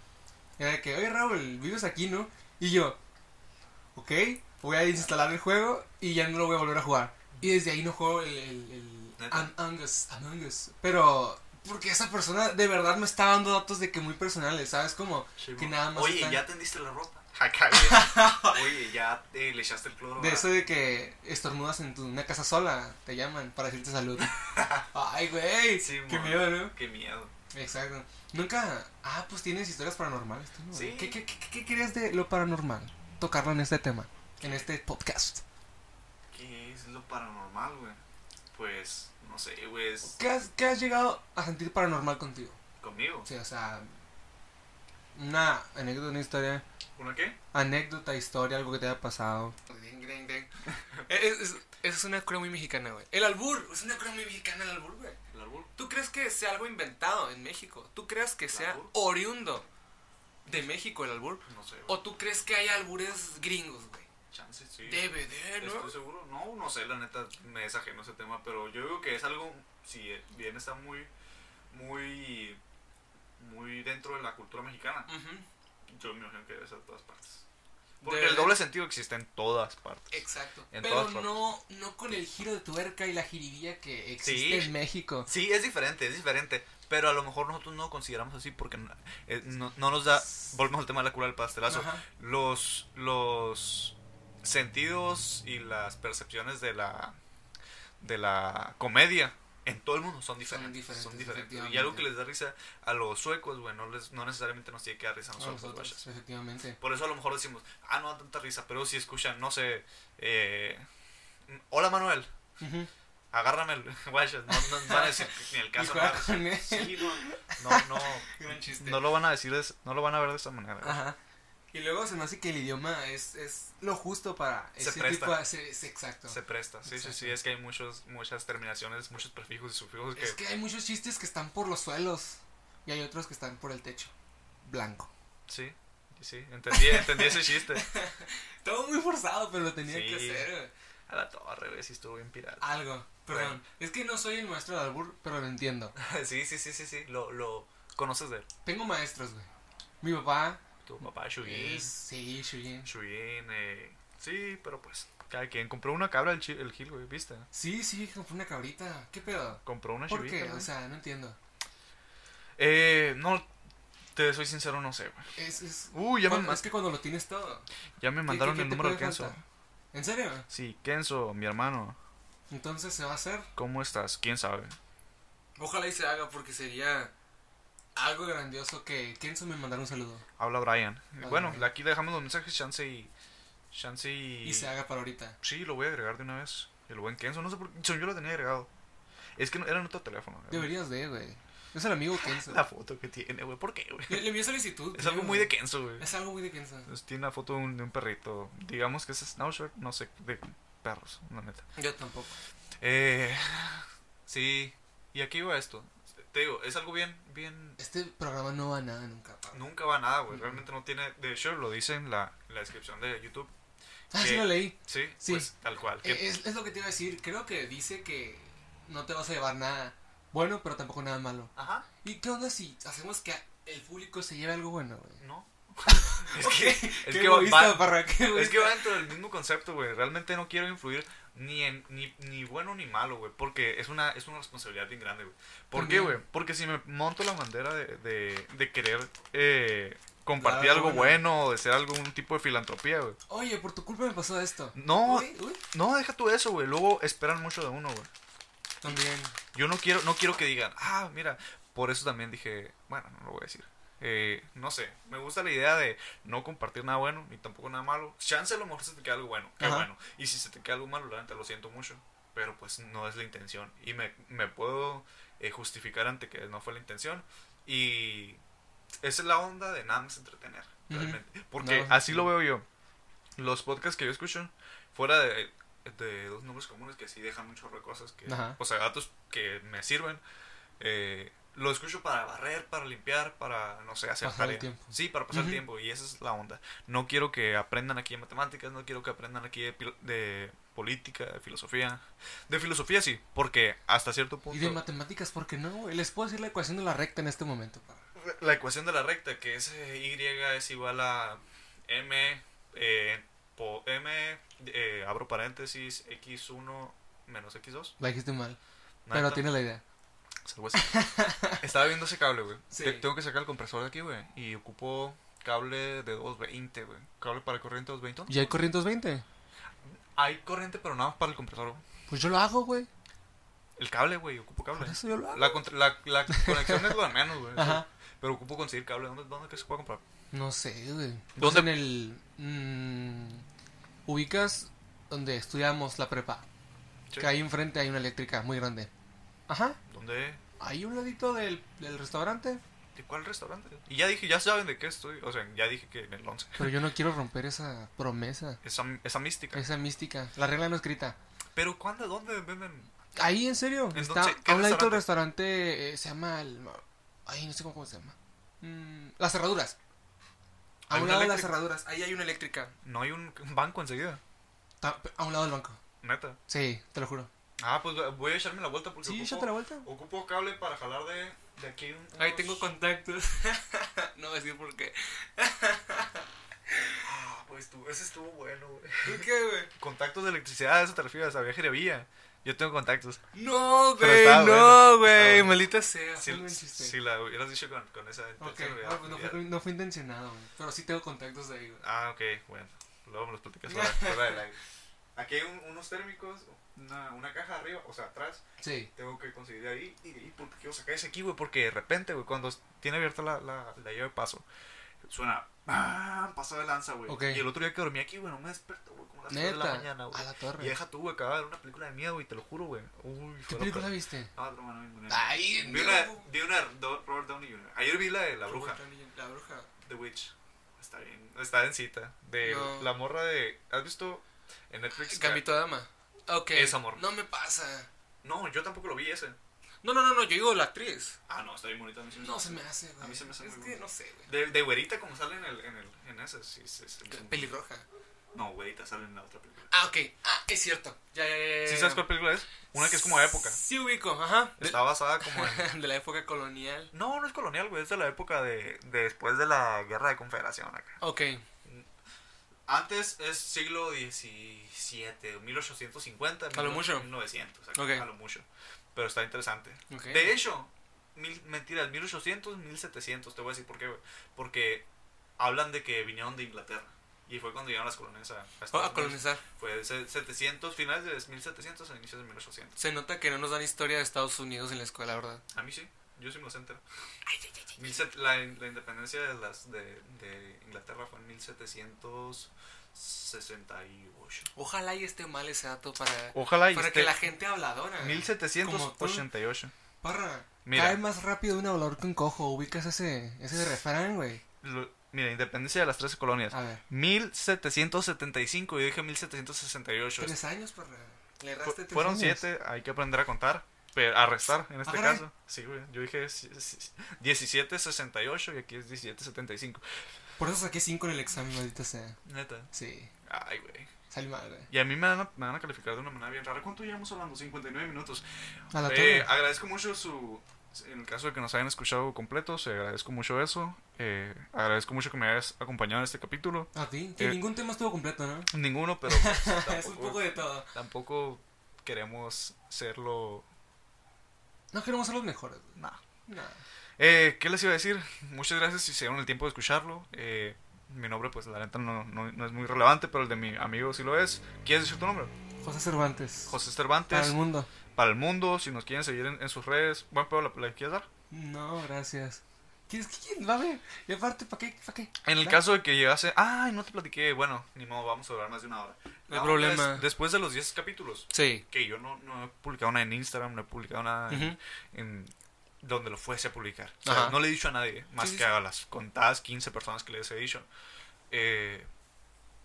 S3: Era de que, oye Raúl, vives aquí, ¿no? Y yo, ok, voy a desinstalar el juego y ya no lo voy a volver a jugar. Y desde ahí no juego el, el, el
S7: ¿Neta?
S3: Am- Among Us, Among Us. Pero, porque esa persona de verdad me estaba dando datos de que muy personales, ¿sabes? Como
S7: Sí,
S3: que
S7: mo-
S3: nada más...
S7: Oye,
S3: están-
S7: ya tendiste la ropa. Acá, güey. Oye, ya eh, le echaste el cloro.
S3: De
S7: ¿verdad?
S3: eso de que estornudas en tu, una casa sola, te llaman para decirte salud. Ay, güey.
S7: Sí,
S3: qué
S7: mon.
S3: miedo, ¿no?
S7: Qué miedo.
S3: Exacto. Nunca. Ah, pues tienes historias paranormales tú, ¿no?
S7: Sí.
S3: ¿Qué, qué, qué, qué querías de lo paranormal? Tocarlo en este tema, en este podcast.
S7: ¿Qué es lo paranormal, güey? Pues, no sé, güey, es
S3: ¿Qué has, qué has llegado a sentir paranormal contigo?
S7: conmigo.
S3: O sea, o sea. Una anécdota, una historia.
S7: ¿Una qué?
S3: Anécdota, historia, algo que te haya pasado. Es, es, es una cura muy mexicana, güey. El albur, es una cura muy mexicana el albur, güey.
S7: ¿El árbol?
S3: ¿Tú crees que sea algo inventado en México? ¿Tú crees que sea
S7: ¿Albur?
S3: oriundo de México el albur?
S7: No sé, güey.
S3: ¿O tú crees que hay albures gringos, güey?
S7: Chance, sí.
S3: Debe de, ¿no?
S7: Estoy seguro. No, no sé, la neta, me desajeno ese tema, pero yo digo que es algo, si bien está muy, muy, muy dentro de la cultura mexicana,
S3: Ujú,
S7: yo me imagino que debe ser de todas partes.
S2: Porque
S3: Debe
S2: el
S3: de-
S2: doble sentido existe en todas partes.
S3: Exacto.
S2: En
S3: Pero
S2: todas partes.
S3: no, no con el giro de tuerca y la jiribilla que existe
S2: Sí.
S3: en México.
S2: Sí, es diferente, es diferente. Pero a lo mejor nosotros no lo consideramos así porque no, eh, no- no nos da. Volvemos al tema de la cura del pastelazo.
S3: Ajá.
S2: Los, los sentidos y las percepciones de la, de la comedia en todo el mundo son diferentes. Son diferentes.
S3: diferentes,
S2: Y algo que
S3: efectivamente.
S2: les da risa a los suecos, güey, no, les- no necesariamente nos tiene que dar risa a
S3: A
S2: nosotros.
S3: nosotros,
S2: guachas.
S3: efectivamente.
S2: Por eso a lo mejor decimos, ah, no da tanta risa, pero si escuchan, no sé, eh, hola Manuel,
S3: Ujú.
S2: agárrame el guachas, no, no van a decir
S7: Ni el
S3: Y
S7: caso,
S3: juega
S7: ¿no?
S3: con él.
S7: Sí, no.
S2: No, no,
S3: Gran chiste.
S2: no lo van a decir, de es- no lo van a ver de esa manera. güey.
S3: este, Ajá. Y luego se me hace que el idioma es, es lo justo para
S2: Se
S3: ese
S2: presta.
S3: tipo de... ese- ese- exacto.
S2: Se presta, sí, sí, sí,
S3: Exacto.
S2: es que hay muchos, muchas terminaciones, muchos prefijos y sufijos que...
S3: Es que hay muchos chistes que están por los suelos y hay otros que están por el techo. Blanco.
S2: Sí, sí, entendí, entendí ese chiste.
S3: Todo muy forzado, pero lo tenía
S2: Sí.
S3: que hacer. güey.
S2: A la torre, güey, sí estuvo bien pirata.
S3: Algo. Perdón. Es que no soy el maestro de albur, pero lo entiendo.
S2: Ah, Sí, sí, sí, sí, sí, lo, lo conoces de él.
S3: Tengo maestros, güey. Mi papá
S2: Tu papá, Shuyin.
S3: es... Mm, Sí, Shuyin.
S2: Shuyin, eh, sí, pero pues, cada quien compró una cabra el, chi- el Gil, güey, ¿viste?
S3: Sí, sí, fue una cabrita. ¿Qué pedo?
S2: Compró una
S3: ¿Por
S2: Ah, Shuyin.
S3: qué?
S2: güey.
S3: O sea, no entiendo.
S2: Eh, no, te soy sincero, no sé, güey.
S3: Es, es...
S2: Uy, ya me,
S3: Cuando-
S2: ma-
S3: es que cuando lo tienes todo.
S2: ya me
S3: ¿Qué-
S2: mandaron
S3: qué- qué
S2: el
S3: te
S2: número de
S3: puede
S2: Kenzo.
S3: faltar? ¿En serio?
S2: Sí, Kenzo, mi hermano,
S3: Entonces se va a hacer.
S2: ¿cómo estás? ¿Quién sabe?
S3: Ojalá y se haga porque sería algo grandioso que Kenzo me mandara un saludo.
S2: Habla Brian.
S3: Habla
S2: bueno,
S3: Brian.
S2: aquí dejamos los mensajes, chance y... Chance y...
S3: Y se haga para ahorita.
S2: Sí, lo voy a agregar de una vez. El buen Kenzo, no sé por qué, yo lo tenía agregado. Es que no- era en otro teléfono. güey.
S3: Deberías de, güey. Es el amigo Kenzo.
S2: La foto que tiene, güey, ¿por qué, güey?
S3: Le, le envié solicitud.
S2: Es algo
S3: creo,
S2: muy de
S3: güey.
S2: Kenzo, güey.
S3: Es algo muy de Kenzo.
S2: Entonces, Tiene una foto de un, de un perrito. Digamos que es Snowshirt, no sé, de perros, la neta.
S3: Yo tampoco.
S2: Eh, sí, y aquí va esto. te digo, es algo bien, bien
S3: Este programa no va a nada nunca, Pablo.
S2: Nunca va a nada, güey. Realmente no tiene. De hecho, lo dice en la, en la descripción de YouTube.
S3: ah, sí
S2: que-
S3: lo leí.
S2: Sí,
S3: Sí.
S2: pues tal cual. Que-
S3: Eh, Es, es lo que te iba a decir. Creo que dice que no te vas a llevar nada bueno, pero tampoco nada malo.
S2: Ajá,
S3: ¿Y qué onda si hacemos que el público se lleve algo bueno, güey?
S2: no. es que, es
S3: ¿Qué
S2: que va,
S3: egoísta,
S2: va-
S3: parra, qué
S2: es que
S3: egoísta.
S2: va dentro del mismo concepto, güey. Realmente no quiero influir ni en ni, ni bueno ni malo, güey. Porque es una, es una responsabilidad bien grande, güey. ¿Por qué,
S3: También.
S2: güey? Porque si me monto la bandera de, de, de querer eh, compartir
S3: Dar algo
S2: algo bueno o de ser algún tipo de filantropía, güey.
S3: Oye, por tu culpa me pasó esto.
S2: No,
S3: Uy, uy.
S2: no, deja tú eso, güey. Luego esperan mucho de uno, güey.
S3: También.
S2: Yo no quiero, no quiero que digan, ah, mira, por eso también dije, bueno, no lo voy a decir. Eh, no sé, me gusta la idea de no compartir nada bueno, ni tampoco nada malo. Chance a lo mejor se te queda algo bueno, qué
S3: Ajá.
S2: bueno. Y si se te queda algo malo, la neta, lo siento mucho. Pero pues no es la intención. Y me, me puedo eh, justificar ante que no fue la intención. Y esa es la onda de nada más entretener,
S3: Ujú.
S2: realmente. Porque
S3: Nada más
S2: así lo veo yo. Los podcasts que yo escucho, fuera de, de dos nombres comunes que sí dejan mucho de cosas que,
S3: Ajá.
S2: o sea, datos que me sirven. eh, lo escucho para barrer, para limpiar, para, no sé, hacer
S3: Pasar el
S2: tarea.
S3: tiempo.
S2: Sí, para pasar
S3: Ujú.
S2: el tiempo, y esa es la onda. No quiero que aprendan aquí de matemáticas, no quiero que aprendan aquí de, pil- de política, de filosofía. De filosofía sí, porque hasta cierto punto...
S3: Y de matemáticas, ¿por qué no, güey? Les puedo decir la ecuación de la recta en este momento, parra.
S2: la ecuación de la recta, que es eh, y es igual a m, eh, po- m, eh, abro paréntesis, x1 menos x2.
S3: La dijiste mal.
S2: Nada.
S3: Pero tienes la idea.
S2: Es algo así. Estaba viendo ese cable, güey.
S3: Sí.
S2: Te- Tengo que sacar el compresor de aquí, güey. Y ocupo cable de 220, güey. Cable para corriente 220.
S3: ¿Y hay corriente 220?
S2: Hay corriente, pero nada más para el compresor, güey.
S3: Pues yo lo hago, güey.
S2: El cable, güey. Ocupo cable.
S3: Por eso yo lo hago.
S2: La, contra- la, la conexión es lo de menos, güey.
S3: Ajá.
S2: Pero ocupo conseguir cable. ¿Dónde, dónde que se puede comprar?
S3: No sé, güey.
S2: ¿Dónde?
S3: ¿Dónde? En el. mm, ubicas donde estudiamos la prepa.
S2: Sí.
S3: Que ahí enfrente hay una eléctrica muy grande. Ajá.
S2: ¿Dónde?
S3: Ahí un ladito del, del restaurante.
S2: ¿De cuál restaurante? Y ya dije, ya saben de qué estoy. O sea, ya dije que en el 11.
S3: Pero yo no quiero romper esa promesa.
S2: Esa, esa mística.
S3: Esa mística. La regla no escrita.
S2: Pero ¿cuándo? ¿Dónde venden?
S3: Ahí, en serio.
S2: ¿En
S3: está
S2: dónde- qué
S3: a un ladito del restaurante. eh, se llama. El, ay, no sé cómo, cómo se llama. Mm, las cerraduras. A
S2: ¿Hay
S3: un
S2: una
S3: lado de las
S2: eléctrica?
S3: cerraduras. Ahí hay una eléctrica.
S2: No hay un un banco enseguida.
S3: Ta- A un lado del banco.
S2: Neta.
S3: Sí, te lo juro.
S2: Ah, pues voy a echarme la vuelta porque
S3: Sí,
S2: ocupo-
S3: échate la vuelta.
S2: Ocupo cable para jalar de, de aquí. un-
S3: Ahí
S2: unos-
S3: tengo contactos. no voy a decir por qué.
S2: Ah, pues tú, ese estuvo bueno, güey.
S3: ¿Tú qué, güey?
S2: Contactos de electricidad, a eso te refieres, a viaje de vía. Yo tengo contactos.
S3: No,
S2: Pero
S3: güey,
S2: estaba bueno,
S3: no,
S2: estaba
S3: güey.
S2: bueno.
S3: Maldita sea.
S2: Si,
S3: fue un buen chiste.
S2: si la hubieras dicho con, con esa
S3: Ok,
S2: intención,
S3: ah, pues no,
S2: hubiera-
S3: fue, no fue intencionado, güey. Pero sí tengo contactos de ahí, güey.
S2: Ah, ok, bueno. Luego me los platicas ahora. fuera del aire. Aquí hay un- unos térmicos, una, una caja arriba, o sea, atrás.
S3: Sí.
S2: Tengo que conseguir de ahí y de ahí porque quiero sacar ese aquí, güey. Porque de repente, güey, cuando tiene abierta la, la, la llave de paso, suena. ¡Ah! Paso de lanza, güey.
S3: Ok.
S2: Y el otro día que dormí aquí, güey, no me desperto, güey, como a las 3 de la
S3: Neta.
S2: mañana, güey.
S3: a la torre.
S2: Y deja tú, güey, acababa de ver una película de miedo, güey, te lo juro, güey. Uy,
S3: ¿Qué
S2: fue
S3: película
S2: la
S3: viste?
S2: Ah, broma, no, ninguna.
S3: Ay,
S2: Vi una, vi una de Do- Robert Downey Jr. Ayer vi la de La Bruja,
S3: La bruja.
S2: The Witch. Está bien, está en cita. De
S3: No.
S2: la morra de. ¿Has visto en Netflix? que-
S3: Gambito de dama. Ok.
S2: Es amor.
S3: No me pasa.
S2: No, yo tampoco lo vi ese.
S3: No, no, no, no, yo digo la actriz.
S2: Ah, no, está bien bonito. a mí sí
S3: No
S2: gusta.
S3: se me hace, güey.
S2: A mí se me hace
S3: Es
S2: muy
S3: que
S2: bueno.
S3: no sé, güey.
S2: De, de güerita como sale en, el, en, el, en ese. Sí, sí, sí, sí.
S3: Pelirroja.
S2: No, güerita sale en la otra película.
S3: Ah, ok. Ah, es cierto. Ya, ya, ya. ya,
S2: ¿Sí
S3: ya.
S2: sabes cuál película es? Una que es como Eh, de época.
S3: Sí ubico, ajá.
S2: Está basada como en.
S3: De la época colonial.
S2: No, no es colonial, güey. Es de la época de, de después de la guerra de confederación acá.
S3: Ok.
S2: Antes es siglo XVII, 1850.
S3: A lo mucho.
S2: 1900, o sea,
S3: Ok.
S2: a lo mucho. Pero está interesante.
S3: Ok.
S2: De hecho, mil, mentiras, 1800, 1700, te voy a decir por qué, güey. Porque hablan de que vinieron de Inglaterra. Y fue cuando llegaron las colonias a, a
S3: Oh,
S2: Estados
S3: a
S2: Unidos.
S3: colonizar.
S2: Fue de se- 700, finales de 1700 a inicios de 1800.
S3: Se nota que no nos dan historia de Estados Unidos en la escuela, ¿verdad?
S2: A mí sí, yo sí me lo sé entero. 1700 La, la independencia de, las, de, de Inglaterra fue en 1768.
S3: Ojalá y esté mal ese dato para,
S8: Ojalá y
S3: para
S8: esté
S3: que la gente habladora.
S8: 1788.
S3: Parra,
S8: Mira.
S3: cae más rápido un hablador que un cojo. Ubicas ese, ese refrán, güey.
S8: Lo- mira, independencia de las 13 colonias.
S3: A ver.
S8: 1775, yo dije 1768.
S3: Tres años, parra. Le
S8: Fu-
S3: erraste tres
S8: fueron
S3: años.
S8: 7, hay que aprender a contar.
S2: Pero arrestar, en este
S3: Ah, caray.
S2: caso. Sí, güey. Yo dije si- si- 1768 y aquí es 1775.
S3: Por eso saqué 5 en el examen, maldita sea.
S2: Neta.
S3: Sí,
S2: Ay, güey.
S3: salí mal, güey.
S2: Y a mí me van, a, me van a calificar de una manera bien rara. ¿Cuánto llevamos hablando? 59 minutos.
S3: A la
S2: Eh,
S3: torre.
S2: agradezco mucho su... En el caso de que nos hayan escuchado completos, eh, agradezco mucho eso. Eh, agradezco mucho que me hayas acompañado en este capítulo.
S3: A ti, que
S2: eh,
S3: ningún tema estuvo completo, ¿no?
S2: Ninguno, pero pues,
S3: es un poco
S2: tampoco,
S3: de todo.
S2: tampoco queremos serlo...
S3: No queremos ser los mejores, güey.
S2: Nah.
S3: No.
S2: Eh, ¿Qué les iba a decir? Muchas gracias si se dieron el tiempo de escucharlo. Eh, mi nombre, pues la neta no, no- no es muy relevante, pero el de mi amigo sí lo es. ¿Quieres decir tu nombre?
S3: José Cervantes.
S2: José
S3: Para
S2: Cervantes.
S3: el mundo.
S2: Para el mundo, si nos quieren seguir en, en sus redes. Bueno, pero la, la quieres dar.
S3: No, gracias. ¿Quién, quién va a ver? Y aparte, ¿para qué? ¿Para qué?
S2: En el
S3: ¿Va?
S2: caso de que llegase. ¡Ay, no te platiqué! Bueno, ni modo, vamos a durar más de una hora.
S3: No hay
S2: La otra es,
S3: problema.
S2: después de los 10 capítulos,
S3: Sí.
S2: que yo no, no he publicado nada en Instagram, no he publicado nada en- en donde lo fuese a publicar. O sea,
S3: Ajá.
S2: no le he dicho a nadie, más
S3: Sí, sí,
S2: que a las contadas 15 personas que les he dicho. Eh,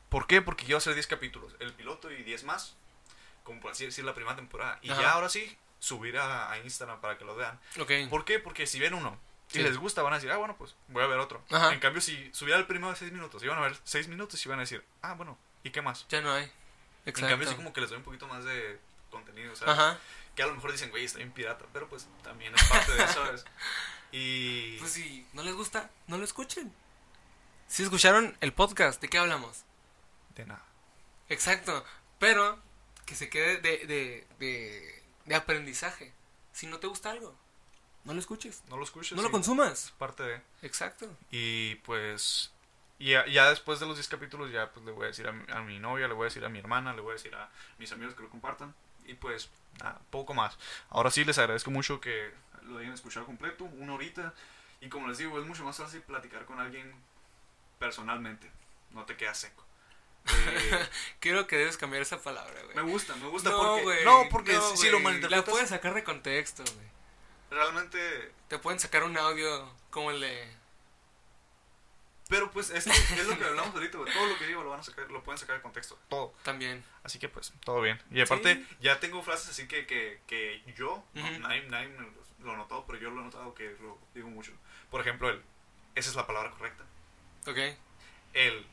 S2: ¿Por qué? Porque yo a hacer 10 capítulos, el piloto y 10 más, como por así decir, la primera temporada. Y
S3: Ajá.
S2: ya ahora sí, subir a, a Instagram para que lo vean.
S3: Ok.
S2: ¿Por qué? Porque si ven uno y
S3: Sí.
S2: les gusta, van a decir, ah, bueno, pues voy a ver otro.
S3: Ajá.
S2: En cambio, si subiera el primero de 6 minutos, iban a ver 6 minutos y iban a decir, ah, bueno, ¿y qué más?
S3: Ya no hay. Exacto.
S2: En cambio, sí como que les doy un poquito más de contenido, ¿sabes?
S3: Ajá.
S2: Que a lo mejor dicen, güey, está bien pirata, pero pues también es parte de eso, ¿sabes? Y...
S3: Pues si no les gusta, no lo escuchen. Si escucharon el podcast, ¿de qué hablamos?
S2: de nada.
S3: Exacto. Pero que se quede de, de, de, de aprendizaje. Si no te gusta algo, no lo escuches.
S2: No lo escuches.
S3: No lo
S2: sí,
S3: consumas.
S2: Es parte de...
S3: Exacto.
S2: Y pues... Y ya, ya después de los 10 capítulos ya pues le voy a decir a mi, a mi novia, le voy a decir a mi hermana, le voy a decir a mis amigos que lo compartan. Y pues nada, poco más. Ahora sí les agradezco mucho que lo hayan escuchado completo, una horita. Y como les digo, es mucho más fácil platicar con alguien personalmente. No te quedas seco. Eh,
S3: Creo que debes cambiar esa palabra, güey.
S2: me gusta, me gusta
S3: no,
S2: porque...
S3: güey,
S2: no, porque si, si lo
S3: güey. La
S2: malinterpretas...
S3: puedes sacar de contexto, güey.
S2: Realmente.
S3: Te pueden sacar un audio como el de...
S2: Pero pues es, es lo que hablamos ahorita, güey. Todo lo que digo lo van a sacar, lo pueden sacar de contexto. Todo.
S3: También.
S2: Así que pues, todo bien. Y aparte,
S3: Sí.
S2: ya tengo frases así que, que, que yo, no,
S3: Ujú.
S2: nadie, nadie me lo- lo notó, pero yo lo he notado que lo digo mucho. Por ejemplo, el esa es la palabra correcta.
S3: Ok.
S2: El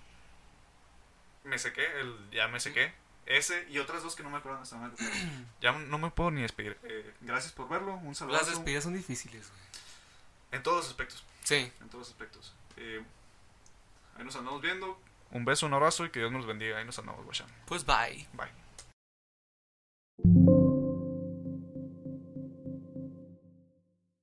S2: me sequé, el ya me sequé. Ese y otras dos que no me acuerdo hasta ahora. Ya no me puedo ni despedir. Eh, gracias por verlo. Un saludo.
S3: Las despedidas son difíciles, güey.
S2: En todos los aspectos.
S3: Sí.
S2: en todos los aspectos. Eh, ahí nos andamos viendo. Un beso, un abrazo y que Dios nos bendiga. Ahí nos andamos, guachán.
S3: Pues bye.
S2: Bye.